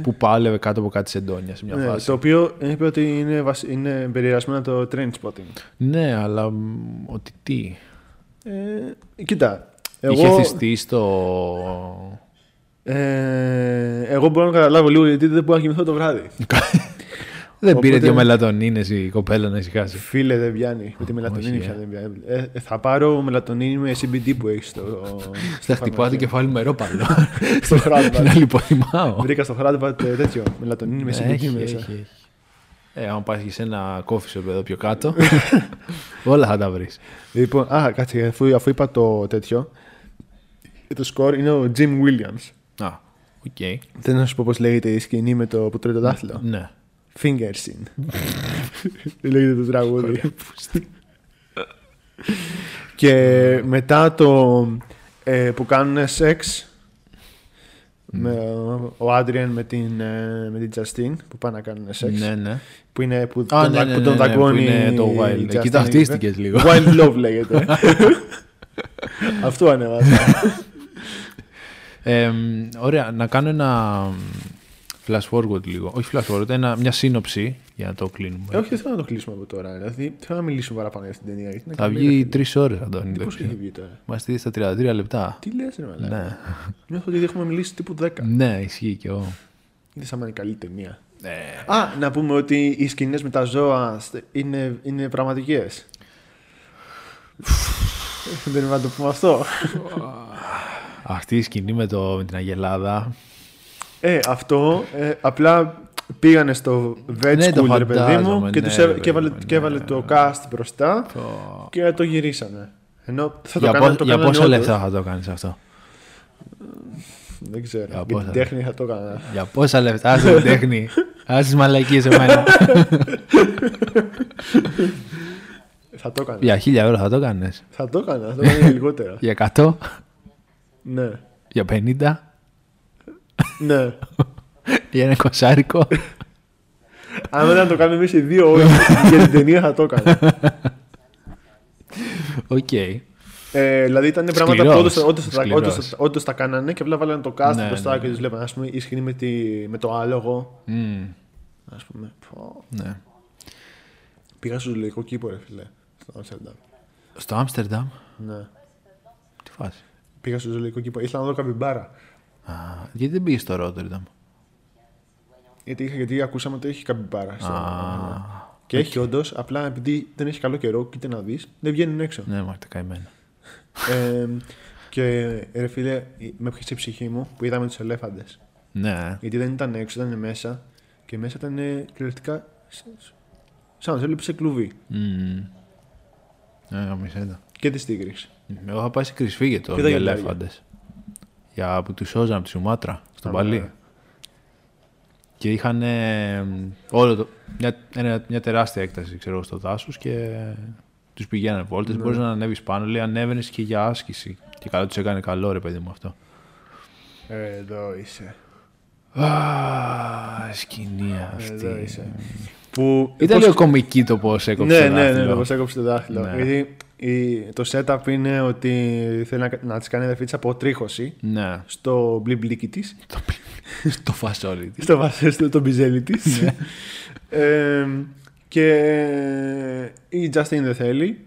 S2: Που πάλευε κάτω από κάτι σεντόνια σε μια
S1: ναι,
S2: φάση.
S1: το οποίο είπε ότι είναι, βασι- είναι περιερασμένο το train spotting.
S2: Ναι, αλλά μ, ότι τι.
S1: Ε, κοίτα.
S2: Είχε
S1: Εγώ,
S2: θυστεί στο...
S1: ε, εγώ μπορώ να καταλάβω λίγο γιατί δεν μπορώ να κοιμηθώ το βράδυ.
S2: Δεν πήρε
S1: Οπότε-
S2: δύο μελατονίνες η κοπέλα να ησυχάσει.
S1: Φίλε, δεν πιάνει. Με τη μελατονίνη
S2: όχι,
S1: πια
S2: ε.
S1: δεν πιάνει. Ε, ε, θα πάρω μελατονίνη με CBD που έχεις στο.
S2: Θα
S1: στο
S2: χτυπάω το
S1: φαρμακείο.
S2: κεφάλι με ρόπαλο.
S1: Στο Χράντβατ.
S2: Να λιποθυμάω.
S1: Βρήκα στο Χράντβατ ε, τέτοιο. Μελατονίνη με CBD
S2: Ναι, Έχει,
S1: μέσα.
S2: έχει, έχει. Ε, άμα πας και σε ένα κόφι shop εδώ πιο κάτω, όλα θα τα βρεις.
S1: Λοιπόν, α, κάτσε. Αφού, αφού είπα το τέτοιο. Το σκορ είναι ο Jim Williams.
S2: Α, οκ.
S1: Δεν να σου πω πώς λέγεται η σκηνή με το που τρώει το δάχτυλο.
S2: Ναι.
S1: Finger scene. λέγεται το τραγούδι. Και μετά το ε, που κάνουν σεξ με, ο Άντριεν με την, ε, με την Τζαστίν που πάνε να κάνουν σεξ.
S2: Ναι, ναι.
S1: Που, είναι, που,
S2: Α,
S1: τον,
S2: ναι, ναι,
S1: που τον
S2: ναι, ναι, που
S1: δαγκώνει
S2: είναι το
S1: η
S2: Wild.
S1: Τζαστίν,
S2: Κοίτα, χτίστηκες λίγο.
S1: Wild Love λέγεται. Αυτό ανέβασα.
S2: Ε, μ, ωραία, να κάνω ένα μ, flash forward λίγο. Όχι flash forward, ένα, μια σύνοψη για να το κλείνουμε.
S1: Ε, Όχι, δεν θέλω να το κλείσουμε από τώρα. Δηλαδή, θέλω να μιλήσουμε παραπάνω για αυτή την ταινία. γιατί είναι
S2: θα
S1: καλή,
S2: βγει τρεις ώρες, Αντώνη.
S1: ρε.
S2: δεν
S1: Πώς
S2: ξέρω.
S1: έχει βγει τώρα.
S2: Μας τη δεις στα 33 λεπτά.
S1: Τι λες ρε μαλάκα.
S2: Ναι.
S1: Νιώθω ότι έχουμε μιλήσει τύπου 10.
S2: Ναι, ισχύει και εγώ.
S1: Είδε άμα είναι καλή ταινία.
S2: Ναι.
S1: Α, να πούμε ότι οι σκηνές με τα ζώα στε- είναι, είναι πραγματικές. Δεν είπα να το πούμε αυτό.
S2: Αυτή η σκηνή με, το, με την Αγελάδα.
S1: Ε, αυτό ε, απλά πήγανε στο vet
S2: Ναι, το
S1: school, ρε παιδί μου,
S2: φαντάζομαι,
S1: και,
S2: ναι,
S1: τους
S2: ρε
S1: έβαλε,
S2: παιδί
S1: και, έβαλε,
S2: μου,
S1: και έβαλε
S2: ναι.
S1: το cast μπροστά
S2: Το-
S1: και το γυρίσανε. Ενώ θα το
S2: για
S1: κάνανε,
S2: πο-
S1: το
S2: για
S1: κάνανε
S2: πόσα
S1: όντως.
S2: λεφτά θα το κάνεις αυτό.
S1: Δεν ξέρω.
S2: Για
S1: Για
S2: πόσα.
S1: την τέχνη θα το έκανα.
S2: Για πόσα λεφτά άσε την τέχνη. Άσε τις μαλακίες εμένα.
S1: Θα το έκανα.
S2: για χίλια ευρώ θα το κάνεις.
S1: Θα το έκανα. Θα το έκανα για λιγότερα.
S2: Για 100,
S1: ναι.
S2: για 50,
S1: ναι.
S2: για ένα κοσάρικο.
S1: Αν δεν το κάνουμε εμείς οι δύο ώρε για την ταινία θα το έκανα.
S2: Οκ.
S1: Ε, δηλαδή ήταν πράγματα που
S2: Σκληρός.
S1: όντως- όντως τα-
S2: Σκληρός.
S1: όντως τα- όντως τα κάνανε και απλά βάλανε το cast
S2: Ναι,
S1: μπροστά
S2: ναι,
S1: και τους βλέπανε. Ας πούμε, η σκηνή με, τη- με το άλογο.
S2: Μμμ,
S1: Ας πούμε. Πω.
S2: ναι.
S1: Πήγα στο ζωολογικό κήπο, ρε φίλε. Στο Άμστερνταμ.
S2: Στο Άμστερνταμ.
S1: Ναι.
S2: Τι φάση.
S1: Πήγα στο ζωολογικό κήπο. Ήθελα να δω καμπιμπάρα.
S2: Α, γιατί δεν πήγε στο Ρότερνταμ.
S1: Γιατί, είχα, γιατί ακούσαμε ότι έχει καμπιμπάρα. στο-
S2: Α.
S1: Και έχει όντως, απλά επειδή δεν έχει καλό καιρό, κοίτα να δεις, δεν βγαίνουν έξω.
S2: Ναι, μα τα καημένα.
S1: Ε, και ε, ρε φίλε, με πιέσε η ψυχή μου που είδαμε τους ελέφαντες.
S2: Ναι.
S1: Γιατί δεν ήταν έξω, ήταν μέσα. Και μέσα ήταν ε, κυριολεκτικά. σ- Σαν να του έλειπε σε κλουβί.
S2: Μμμ. Ναι, γαμισέτα.
S1: Και της τίγρης.
S2: Εγώ είχα πάει σε κρυσφύγετο
S1: Και τα
S2: για
S1: γυαλιά.
S2: ελέφαντες. Για που τους σώζαν από τη Σουμάτρα, στον
S1: Α,
S2: Παλί.
S1: ναι.
S2: Και είχαν ε, όλο το, μια, ένα- μια τεράστια έκταση ξέρω, εγώ, στο δάσος και τους πηγαίνανε βόλτες.
S1: Ναι.
S2: Μπορούσε να ανέβεις πάνω, λέει ανέβαινες και για άσκηση. Και καλά τους έκανε καλό, ρε παιδί μου αυτό.
S1: Εδώ είσαι.
S2: Α, σκηνή
S1: Εδώ
S2: αυτή.
S1: είσαι. Που.
S2: Ήταν
S1: Ε, πώς-
S2: λίγο κομική το πώς έκοψε.
S1: Ναι,
S2: το
S1: ναι, ναι,
S2: δάχτυλο.
S1: ναι, πώς έκοψε το δάχτυλο.
S2: Ναι.
S1: Γιατί η- το setup είναι ότι θέλει να, να της κάνει αδερφή από τρίχωση
S2: ναι.
S1: στο μπλιμπλίκι της.
S2: Το πλη- Στο φασόλι της.
S1: στο βασέ του, τον πιζέλι της.
S2: Ναι.
S1: και ε, η Justin δεν θέλει.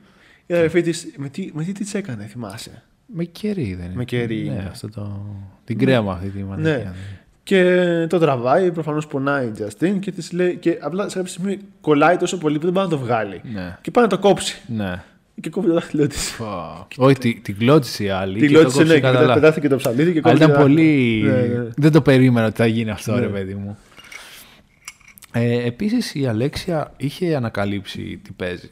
S1: Η αδερφή της. Με τι, με τι της έκανε, θυμάσαι.
S2: Με κερί δεν είναι.
S1: Με κερί
S2: Ναι,
S1: είναι. Ναι.
S2: αυτό το. Την κρέμα αυτή τη μανία.
S1: Και το τραβάει, προφανώς πονάει η Justin και, της λέει, και απλά σε κάποια στιγμή κολλάει τόσο πολύ που δεν πάει να το βγάλει.
S2: Ναι.
S1: Και πάει να το κόψει.
S2: Ναι.
S1: Και κόβει το δάχτυλό τη.
S2: Φα. Όχι, τη- την κλώτσισε η άλλη.
S1: Τη
S2: και το
S1: λότησε,
S2: κόψε
S1: ναι, και
S2: κατά
S1: μετά
S2: λάθος.
S1: πετάθηκε το ψαλίδι και
S2: Αλλά
S1: κόβει.
S2: ήταν
S1: το δάχτυλο.
S2: πολύ.
S1: Ναι, ναι.
S2: Δεν το περίμενα ότι θα γίνει αυτό, ρε
S1: Ναι.
S2: παιδί μου. Ε, Επίσης η Αλέξια είχε ανακαλύψει τι παίζει.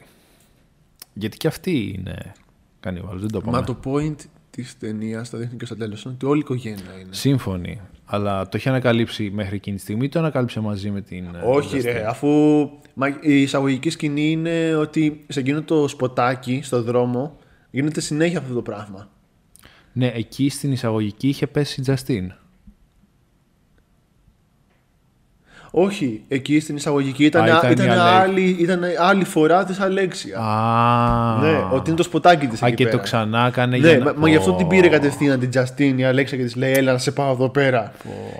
S2: Γιατί και αυτή είναι κανιβάλος, δεν το είπαμε.
S1: Μα το point της ταινίας, το δείχνει και στο τέλος, είναι ότι όλη η οικογένεια
S2: Ναι,
S1: είναι.
S2: Σύμφωνοι. Αλλά το είχε ανακαλύψει μέχρι εκείνη τη στιγμή ή το ανακάλυψε μαζί με την. ε,
S1: Όχι
S2: Justin?
S1: ρε, αφού μα, η εισαγωγική σκηνή είναι ότι σε εκείνο το σποτάκι στο δρόμο γίνεται συνέχεια αυτό το πράγμα.
S2: Ναι, εκεί στην εισαγωγική είχε πέσει η Justin.
S1: Όχι, εκεί στην εισαγωγική ήταν,
S2: Α,
S1: α-
S2: ήταν η
S1: ήταν
S2: Αλέ-
S1: άλλη, ήταν άλλη φορά της Αλέξια.
S2: Α,
S1: ναι, ότι είναι το σποτάκι της
S2: Α,
S1: εκεί
S2: και
S1: πέρα.
S2: το ξανά έκανε.
S1: Ναι,
S2: να-
S1: μα, μα γι' αυτό
S2: Πω.
S1: την πήρε κατευθείαν την Τζαστίν η Αλέξα και της λέει: Έλα, να σε πάω εδώ πέρα.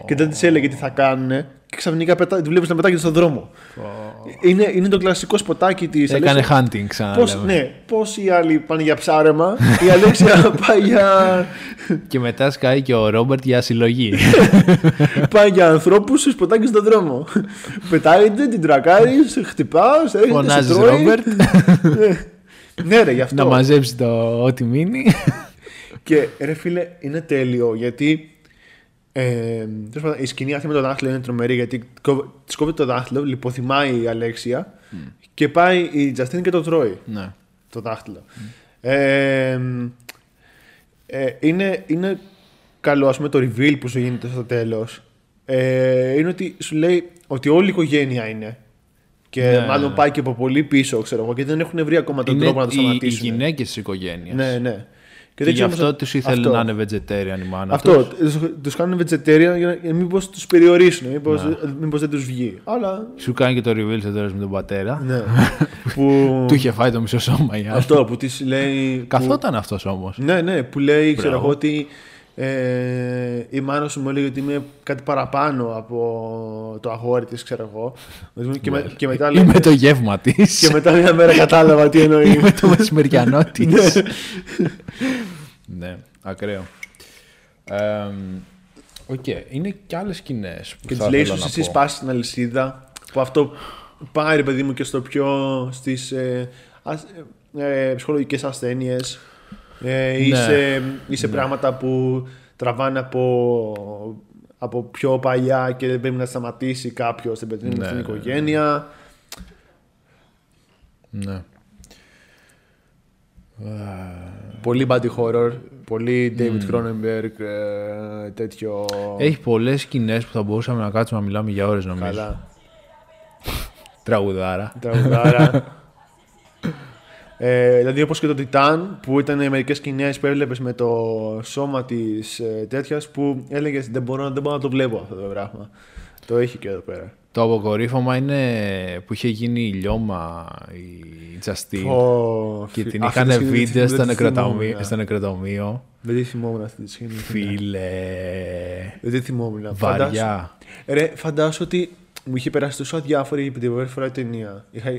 S1: Και δεν της έλεγε τι θα κάνουνε. Και ξαφνικά πετά, τη βλέπεις να πετάγεται στον δρόμο. Είναι, είναι το κλασικό σποτάκι της
S2: Έκανε hunting ξανά.
S1: Πώς,
S2: λέμε.
S1: ναι, πώς οι άλλοι πάνε για ψάρεμα, η Αλέξια πάει για,
S2: Και μετά σκάει και ο Ρόμπερτ για συλλογή.
S1: πάει για ανθρώπους σε σποτάκι στον δρόμο. Πετάγεται, την τρακάρει, σε χτυπάς, σε έρχεται, σε
S2: Φωνάζεις
S1: τρώει.
S2: Ρόμπερτ
S1: Ναι. ναι ρε, γι' αυτό.
S2: να μαζέψει το ό,τι μείνει.
S1: Και ρε φίλε, είναι τέλειο γιατί ε, τέλος πάντων, η σκηνή αυτή με το δάχτυλο είναι τρομερή γιατί κόβε- της κόβει το δάχτυλο, λιποθυμάει η Αλέξια
S2: Mm.
S1: και πάει η Τζαστίν και το τρώει.
S2: ναι.
S1: το δάχτυλο.
S2: Mm.
S1: Ε, ε, είναι, είναι καλό, ας πούμε, το reveal που σου γίνεται στο τέλος. Ε, είναι ότι σου λέει ότι όλη η οικογένεια είναι. Και
S2: Ναι,
S1: μάλλον
S2: ναι.
S1: πάει και από πολύ πίσω, ξέρω εγώ, και δεν έχουν βρει ακόμα τον
S2: Είναι
S1: τρόπο να το
S2: οι, οι
S1: σταματήσουν.
S2: γυναίκες της οικογένειας.
S1: ναι, ναι.
S2: Και,
S1: δεν
S2: γι'
S1: ξέρω όμως
S2: αυτό
S1: αν-
S2: τους ήθελε
S1: αυτό.
S2: να είναι vegetarian η μάνα
S1: Αυτό.
S2: τους.
S1: Τους κάνουν vegetarian για να μήπως τους περιορίσουν, ε, μήπως
S2: Ναι.
S1: δεν τους βγει. Αλλά.
S2: Σου κάνει και το reveal στο τέλο με τον πατέρα.
S1: Ναι. που,
S2: Του είχε φάει το μισό σώμα η άλλη.
S1: αυτό που της λέει. που-
S2: Καθόταν αυτός όμως.
S1: Ναι, ναι, που λέει, ξέρω
S2: Μπράβο.
S1: εγώ, ότι ε, η μάνα σου μου έλεγε ότι είμαι κάτι παραπάνω από το αγόρι της, ξέρω εγώ. Και, με- και μετά
S2: Ή
S1: λέει.
S2: με Ναι. Ε, το γεύμα της.
S1: και μετά μια μέρα κατάλαβα τι εννοεί.
S2: Ή με το μεσημεριανό της. ναι, ακραίο. Ε, Οκ, είναι και άλλες σκηνές.
S1: και της λέει, ίσω εσύ σπάσεις την αλυσίδα. Που αυτό πάει, ρε παιδί μου, και στο πιο. στις ε, ασ- ε, ε, ψυχολογικές ασθένειες. Ε, ή
S2: Ναι.
S1: σε, ή σε πράγματα που τραβάνε από, από πιο παλιά και δεν πρέπει να σταματήσει κάποιος στην, παιδί μου,
S2: Ναι,
S1: στην
S2: ναι, ναι.
S1: οικογένεια.
S2: Ναι. Ε, ναι.
S1: Πολύ body horror. Πολύ David
S2: Mm.
S1: Cronenberg. ε, τέτοιο.
S2: Έχει πολλές σκηνές που θα μπορούσαμε να κάτσουμε να μιλάμε για ώρες νομίζω.
S1: Καλά.
S2: Τραγουδάρα.
S1: Τραγουδάρα. ε, δηλαδή όπως και το Τιτάν που ήταν μερικές σκηνές που έβλεπες με το σώμα της ε, τέτοιας που έλεγες δεν μπορώ, να- δεν μπορώ να το βλέπω αυτό το πράγμα. Το έχει και εδώ πέρα.
S2: Το αποκορύφωμα είναι που είχε γίνει η λιώμα η Τζαστίν.
S1: Ω,
S2: Και
S1: φι-
S2: την
S1: αυτή τη
S2: είχαν
S1: σκηνή δεν τη
S2: βίντεο
S1: θυμ-
S2: στο
S1: δεν τη
S2: νεκροταμείο-
S1: θυμόμουν. ναι.
S2: στο νεκροτομείο.
S1: Δεν τη θυμόμουν αυτή τη σκηνή.
S2: Φίλε.
S1: Δεν τη θυμόμουν. Φαντάσου-
S2: Βαριά.
S1: Ρε, φαντάσου ότι μου είχε περάσει τόσο αδιάφορη την πρώτη φορά η ταινία. Είχα...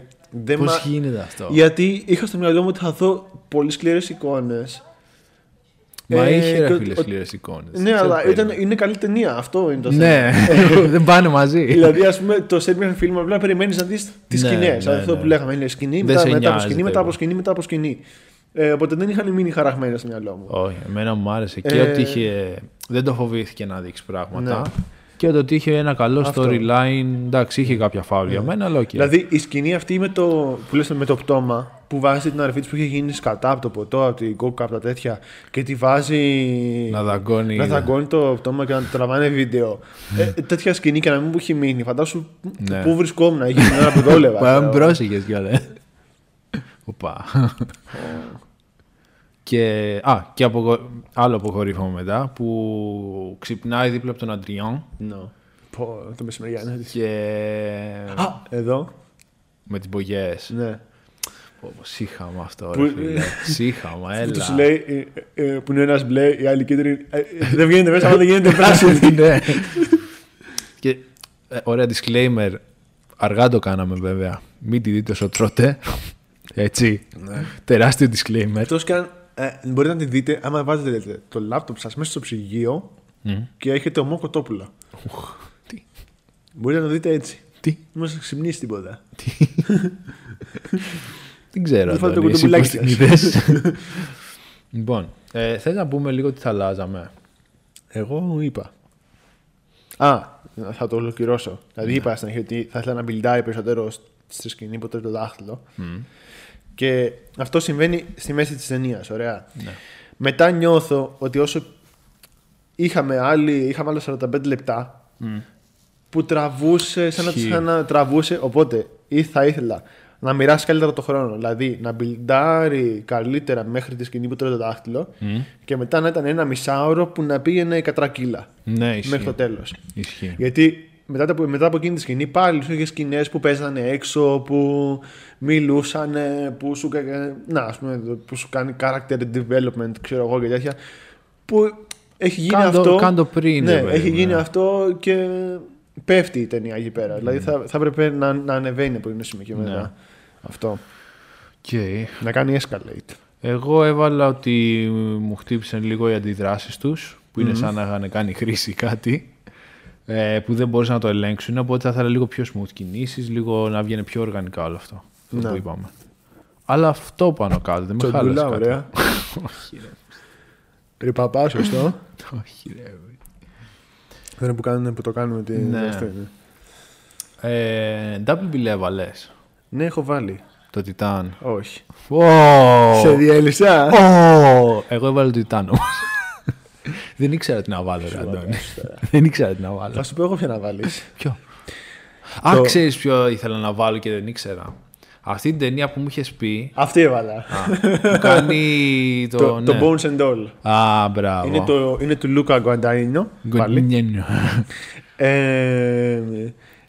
S1: δεν
S2: Πώς
S1: Ε, μα-
S2: γίνεται αυτό.
S1: Γιατί είχα στο μυαλό μου ότι θα δω πολύ σκληρές εικόνες.
S2: Μα
S1: Ε,
S2: είχε
S1: και
S2: ρε
S1: ο-
S2: φίλε
S1: ο-
S2: σκληρές εικόνες.
S1: Ναι, αλλά ήταν, είναι καλή ταινία. Αυτό είναι το θέμα.
S2: Ναι, δεν πάνε μαζί.
S1: δηλαδή, ας πούμε, το Serbian film απλά περιμένεις να δεις τις
S2: Ναι,
S1: σκηνές.
S2: ναι,
S1: αυτό
S2: ναι.
S1: που λέγαμε είναι σκηνή,
S2: Δεν
S1: μετά,
S2: σε
S1: μετά από
S2: νοιάζει
S1: σκηνή, μετά
S2: τίποτα.
S1: από σκηνή, μετά από σκηνή. Ε, οπότε δεν είχαν μείνει χαραγμένα στο μυαλό μου.
S2: Όχι, εμένα μου άρεσε και
S1: Ε,
S2: ότι είχε. Δεν το φοβήθηκε να δείξει πράγματα.
S1: Ναι.
S2: Και ότι είχε ένα καλό
S1: Αυτό.
S2: storyline. Εντάξει, είχε κάποια φάουλ για μένα, αλλά οκ.
S1: Δηλαδή η σκηνή αυτή με το, που λες, με το πτώμα που βάζει την αρφή της που είχε γίνει σκατά από το ποτό, από την κόκα, από τα τέτοια και τη βάζει
S2: Να δαγκώνει.
S1: να δαγκώνει το πτώμα και να το τραβάνε βίντεο. ε, τέτοια σκηνή και να μην μου έχει μείνει. Φαντάσου
S2: Ναι.
S1: πού βρισκόμουν εκεί την ώρα που δόλευα.
S2: Πα-
S1: ξέρω.
S2: Μην πρόσεχε κιόλας. Οπα. και, α, και απογο- άλλο αποχωρήφωμα μετά που ξυπνάει δίπλα από τον Αντριόν
S1: Ναι. Πω, το μεσημεριάνο της.
S2: και
S1: Α, εδώ.
S2: με τις μπογιές.
S1: Ναι.
S2: Πω, πω, Σύχαμα αυτό,
S1: Που-
S2: ρε φίλε. Σύχαμα,
S1: Που
S2: έλα.
S1: τους λέει ε, ε, που είναι ένας μπλε, η άλλη κίτρινη. ε, ε, Δεν βγαίνετε μέσα, αλλά δεν γίνεται πράσινη.
S2: Ναι. Και, ε, ωραία disclaimer, αργά το κάναμε βέβαια. Μην τη δείτε όσο τρώτε. Έτσι.
S1: Ναι.
S2: Τεράστιο disclaimer.
S1: Εκτός και αν ε, μπορείτε να τη δείτε, άμα βάζετε το λάπτοπ σας μέσα στο ψυγείο και έχετε ομό κοτόπουλα.
S2: Ναι. τι.
S1: Μπορείτε να το δείτε έτσι.
S2: Τι.
S1: Μην σα ξυπνήσει τίποτα.
S2: Δεν ξέρω.
S1: Δεν φάτε
S2: Αντώνη,
S1: το
S2: εσύ πώς την
S1: κουτουμπουλάκι
S2: είδες. λοιπόν, ε, θες να πούμε λίγο τι θα αλλάζαμε.
S1: Εγώ είπα. Α, θα το ολοκληρώσω. Δηλαδή είπα στην αρχή ότι θα ήθελα να μπιλντάρει περισσότερο στη σκηνή που τρώει το δάχτυλο. Και αυτό συμβαίνει στη μέση της ταινίας. Ωραία. Μετά νιώθω ότι όσο είχαμε, άλλη, είχαμε άλλα 45 λεπτά που τραβούσε, σαν να,
S2: Ισχύει.
S1: σαν να τραβούσε. Οπότε ή θα ήθελα να μοιράσει καλύτερα το χρόνο. Δηλαδή να μπιλντάρει καλύτερα μέχρι τη σκηνή που τρώει το δάχτυλο και μετά να ήταν ένα μισάωρο που να πήγαινε κατρακύλα
S2: Ναι, ισχύει.
S1: μέχρι το τέλος.
S2: Ισχύει.
S1: Γιατί μετά, από- μετά από εκείνη τη σκηνή πάλι σου είχε σκηνές που παίζανε έξω, που μιλούσαν, που σου, κα- να, ας πούμε, που σου κάνει character development, ξέρω εγώ και τέτοια. Που έχει γίνει
S2: Κάντο-
S1: αυτό.
S2: κάντο πριν,
S1: Ναι,
S2: ρε παιδί
S1: έχει
S2: μου,
S1: γίνει
S2: ναι.
S1: αυτό και πέφτει η ταινία εκεί πέρα. Δηλαδή θα, θα έπρεπε να, να ανεβαίνει από εκείνο σημείο και μετά.
S2: Ναι.
S1: Αυτό.
S2: Οκ.
S1: Να κάνει escalate.
S2: Εγώ έβαλα ότι μου χτύπησαν λίγο οι αντιδράσεις τους, που είναι σαν να είχαν κάνει χρήση κάτι, ε, που δεν μπορούσαν να το ελέγξουν, οπότε θα ήθελα λίγο πιο smooth κινήσεις, λίγο να βγαίνει πιο οργανικά όλο αυτό, αυτό
S1: Ναι.
S2: που είπαμε. Αλλά αυτό πάνω κάτω, δεν με χάλασε
S1: Τσοντούλα,
S2: κάτι.
S1: ωραία. Ριπαπά, σωστό.
S2: Όχι, ρε.
S1: Δεν είναι που, κάνουν, που το κάνουν την
S2: Ναι.
S1: αυτό είναι.
S2: Ε, WB έβαλες,
S1: ναι, έχω βάλει.
S2: το Titan.
S1: Όχι.
S2: Ω!
S1: Σε διέλυσα.
S2: Ω! Εγώ έβαλα το Titan όμως. Δεν ήξερα τι να βάλω, ρε Αντώνη. Δεν ήξερα τι να βάλω.
S1: Θα σου πω εγώ ποια να βάλεις.
S2: Ποιο. Α,
S1: Το-
S2: ξέρεις ποιο ήθελα να βάλω και δεν ήξερα. Αυτή την ταινία που μου είχες πει.
S1: Αυτή έβαλα.
S2: μου κάνει το.
S1: Το,
S2: ναι.
S1: το Bones and All.
S2: Α, μπράβο.
S1: Είναι, το, είναι του Λούκα Γκουαντανίνο. Πάλι.
S2: Γκονιένιο.
S1: Ε,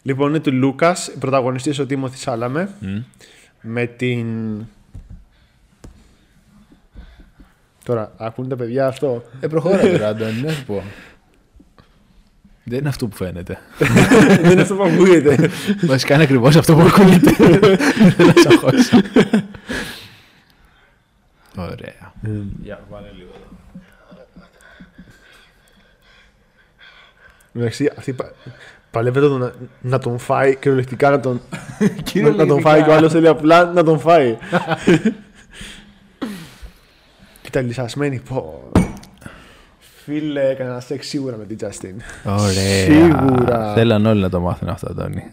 S1: λοιπόν, είναι του Λούκα, πρωταγωνιστής ο Τίμωθης Σάλαμε. Με την. Τώρα, ακούνε τα παιδιά αυτό.
S2: Ε, προχώρα τώρα, Αντώνη, να σου πω. Δεν είναι αυτό που φαίνεται.
S1: Δεν είναι αυτό που ακούγεται.
S2: Βασικά είναι ακριβώς αυτό που ακούγεται. Δεν θα σας αγχώσω. Ωραία. Για, βάλε λίγο.
S1: Εντάξει, αυτή πα- παλεύεται το να, να τον φάει κυριολεκτικά να τον, να, να τον
S2: Κυριολεκτικά.
S1: φάει και ο άλλος θέλει απλά να τον φάει. Κοίτα, λυσασμένη, πω. Φίλε, έκανα σεξ σίγουρα με την Τζαστίν.
S2: Ωραία.
S1: Σίγουρα.
S2: Θέλαν όλοι να το μάθουν αυτό, Αντώνη.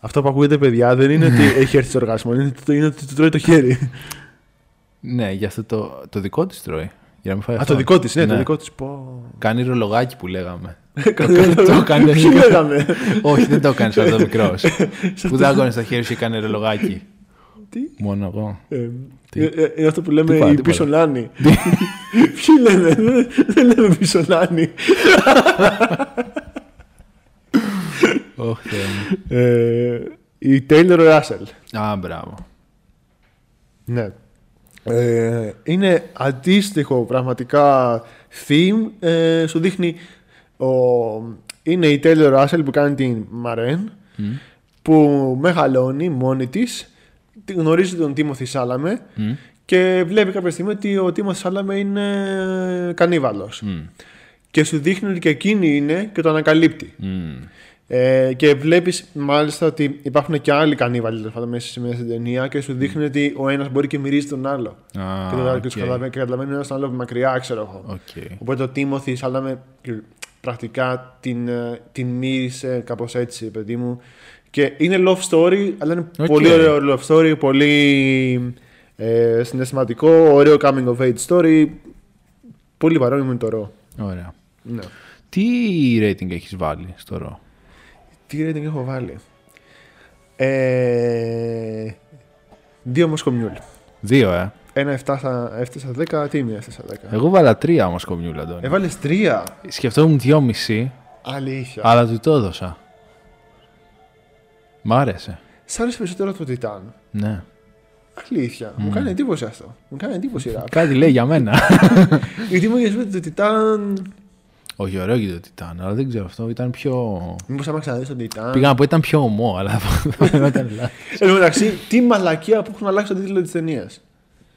S1: Αυτό που ακούγεται, παιδιά, δεν είναι ότι έχει έρθει στο οργασμό, είναι, ότι- είναι ότι του τρώει το χέρι.
S2: Ναι, για αυτό το, το δικό της τρώει. Για να μην φάει
S1: Α,
S2: αυτό.
S1: το δικό της, ναι, το δικό της, Ε, πω.
S2: Κάνει ρολογάκι που λέγαμε.
S1: Το
S2: έκανε.
S1: Ποιοι λέγαμε.
S2: Όχι, δεν το έκανε αυτό μικρό. που δεν άκουγε στα χέρια σου και έκανε ρολογάκι.
S1: Τι?
S2: Μόνο εγώ.
S1: Ε, ε, ε, Είναι αυτό που λέμε
S2: Τίποτα,
S1: η
S2: τίποτα.
S1: πισολάνη. Ποιοι λένε, δεν- δεν λέμε πισολάνη.
S2: Όχι, Θεέ μου.
S1: Ε, η Taylor Russell.
S2: Α, μπράβο.
S1: Ναι. Ε, είναι αντίστοιχο πραγματικά theme. Ε, σου δείχνει. Ο, είναι η Taylor Russell που κάνει την Μαρέν που μεγαλώνει μόνη της τη γνωρίζει τον Τίμωθη Σάλαμε και βλέπει κάποια στιγμή ότι ο Τίμος Σάλαμε είναι κανίβαλος. Και σου δείχνει ότι και εκείνη είναι και το ανακαλύπτει.
S2: Μμμ.
S1: Ε, και βλέπεις μάλιστα ότι υπάρχουν και άλλοι κανίβαλοι τέλος πάντων, μέσα, μέσα στην ταινία και σου δείχνει ότι ο ένας μπορεί και μυρίζει τον άλλο.
S2: Mm. Α,
S1: και, το, και τους
S2: οκ.
S1: καταλαβαίνει- και καταλαβαίνει ένας τον άλλο από μακριά, ξέρω εγώ.
S2: Οκ.
S1: Οπότε ο Τίμωθης σάλαμε πρακτικά την, ε, την μύρισε κάπως έτσι, παιδί μου. Και είναι love story, αλλά είναι
S2: Οκ.
S1: πολύ ωραίο love story, πολύ ε, συναισθηματικό, ωραίο coming of age story. Πολύ παρόμοιο με το ρο.
S2: Ωραία.
S1: Ναι.
S2: Τι rating έχεις βάλει στο ρο.
S1: Τι rating έχω βάλει. Ε, δύο μοσκομιούλ.
S2: Δύο, ε.
S1: Ένα 7 στα, 7 στα 10, τι μία 7 στα 10.
S2: Εγώ βάλα τρία όμως κομμιούλα, Αντώνη.
S1: Έβαλες τρία.
S2: Σκεφτόμουν δυόμιση,
S1: Αλήθεια.
S2: αλλά του το έδωσα. Μ' άρεσε.
S1: Σ' άρεσε περισσότερο το Τιτάν.
S2: Ναι.
S1: Αλήθεια. Μου κάνει εντύπωση αυτό. Μου κάνει εντύπωση η ράπ.
S2: Κάτι λέει για μένα.
S1: Γιατί μου είχε πει το Τιτάν.
S2: Όχι, ωραίο και το Τιτάν, αλλά δεν ξέρω αυτό. Ήταν πιο.
S1: Μήπως άμα ξαναδείς τον Τιτάν.
S2: Πήγα να πω ήταν πιο ομό, αλλά.
S1: Εν τω μεταξύ, τι μαλακία που έχουν αλλάξει τον τίτλο της ταινίας.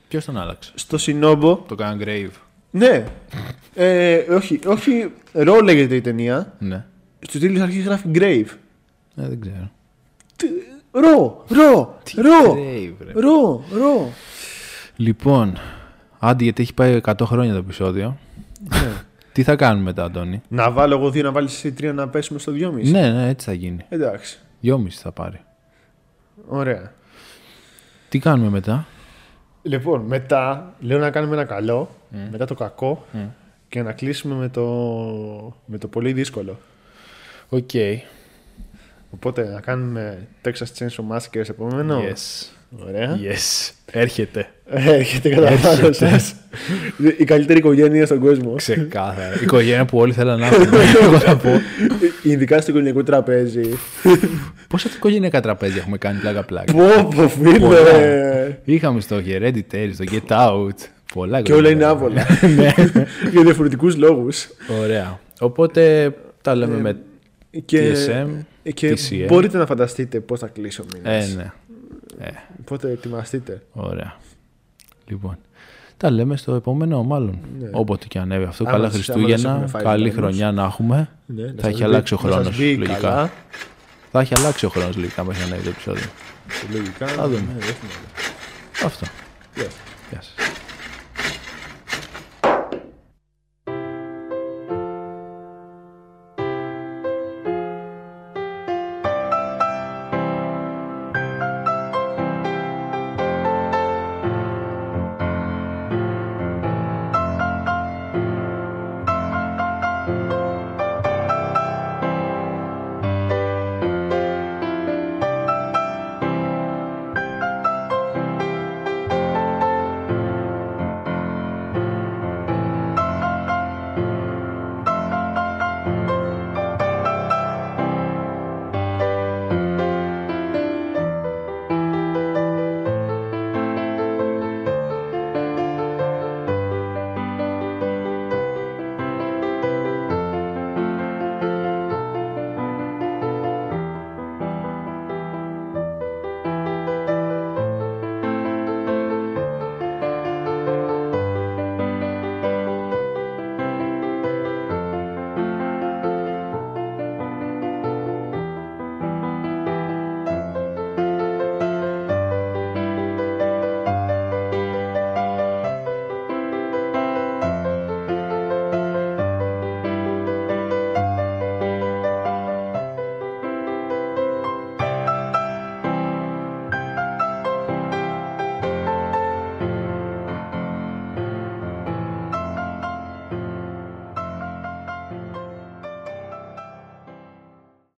S2: Ποιος τον άλλαξε.
S1: Στο Σινόμπο.
S2: Το Can Grave.
S1: Ναι. Ε, όχι, όχι. Ρο λέγεται η ταινία.
S2: Ναι.
S1: Στους τίτλους αρχή γράφει Grave.
S2: Ε, δεν ξέρω.
S1: Ρο, ρο, ρο,
S2: Grave, ρε.
S1: ρο, ρο.
S2: Λοιπόν, άντε γιατί έχει πάει 100 χρόνια το επεισόδιο. Τι θα κάνουμε μετά, Αντώνη.
S1: Να βάλω εγώ δύο, να βάλεις εσύ τρία να πέσουμε στο δυόμιση.
S2: Ναι, ναι, έτσι θα γίνει.
S1: Εντάξει.
S2: Δυόμιση θα πάρει.
S1: Ωραία.
S2: Τι κάνουμε μετά.
S1: Λοιπόν, μετά λέω να κάνουμε ένα καλό, μετά το κακό και να κλείσουμε με το, με το πολύ δύσκολο.
S2: Οκ.
S1: Οπότε να κάνουμε Texas Chainsaw Massacre σε επόμενο.
S2: Yes.
S1: Ωραία. Ε,
S2: Yes. Έρχεται.
S1: Έχετε καταλάβει σας. Η καλύτερη οικογένεια στον κόσμο.
S2: Ξεκάθαρα. Η οικογένεια που όλοι θέλουν να έχουν. Εγώ θα πω.
S1: Ειδικά στο οικογενειακό τραπέζι.
S2: Πόσα οικογενειακά τραπέζια έχουμε κάνει πλάκα-πλάκα.
S1: Πω, πω, φίλε.
S2: Είχαμε στο Hereditary, στο Get Out. Πολλά
S1: Και όλα είναι
S2: οικογενειακά.
S1: άβολα.
S2: ναι.
S1: Για διαφορετικούς λόγους.
S2: Ωραία. Οπότε τα λέμε
S1: Ε,
S2: με
S1: Και,
S2: TSM,
S1: και
S2: TCM.
S1: μπορείτε να φανταστείτε πώς θα κλείσει ο μήνα.
S2: Ε, ναι. Ε,
S1: Οπότε ετοιμαστείτε.
S2: ωραία. Λοιπόν. Τα λέμε στο επόμενο, μάλλον.
S1: Ναι.
S2: Όποτε και ανέβει αυτό.
S1: Άμα
S2: καλά
S1: σας- άμα σας
S2: Χριστούγεννα.
S1: έχουν φάει
S2: Καλή
S1: τέλος.
S2: χρονιά να έχουμε.
S1: Ναι, να
S2: θα
S1: σας
S2: έχει
S1: μπει-
S2: αλλάξει ο
S1: να σας
S2: χρόνος.
S1: μπει
S2: Λογικά.
S1: καλά,
S2: Θα έχει αλλάξει ο χρόνος λογικά μέχρι να ανέβει το επεισόδιο.
S1: Λογικά.
S2: Θα δούμε.
S1: ναι, δεν θυμάμαι.
S2: Αυτό.
S1: Γεια σας.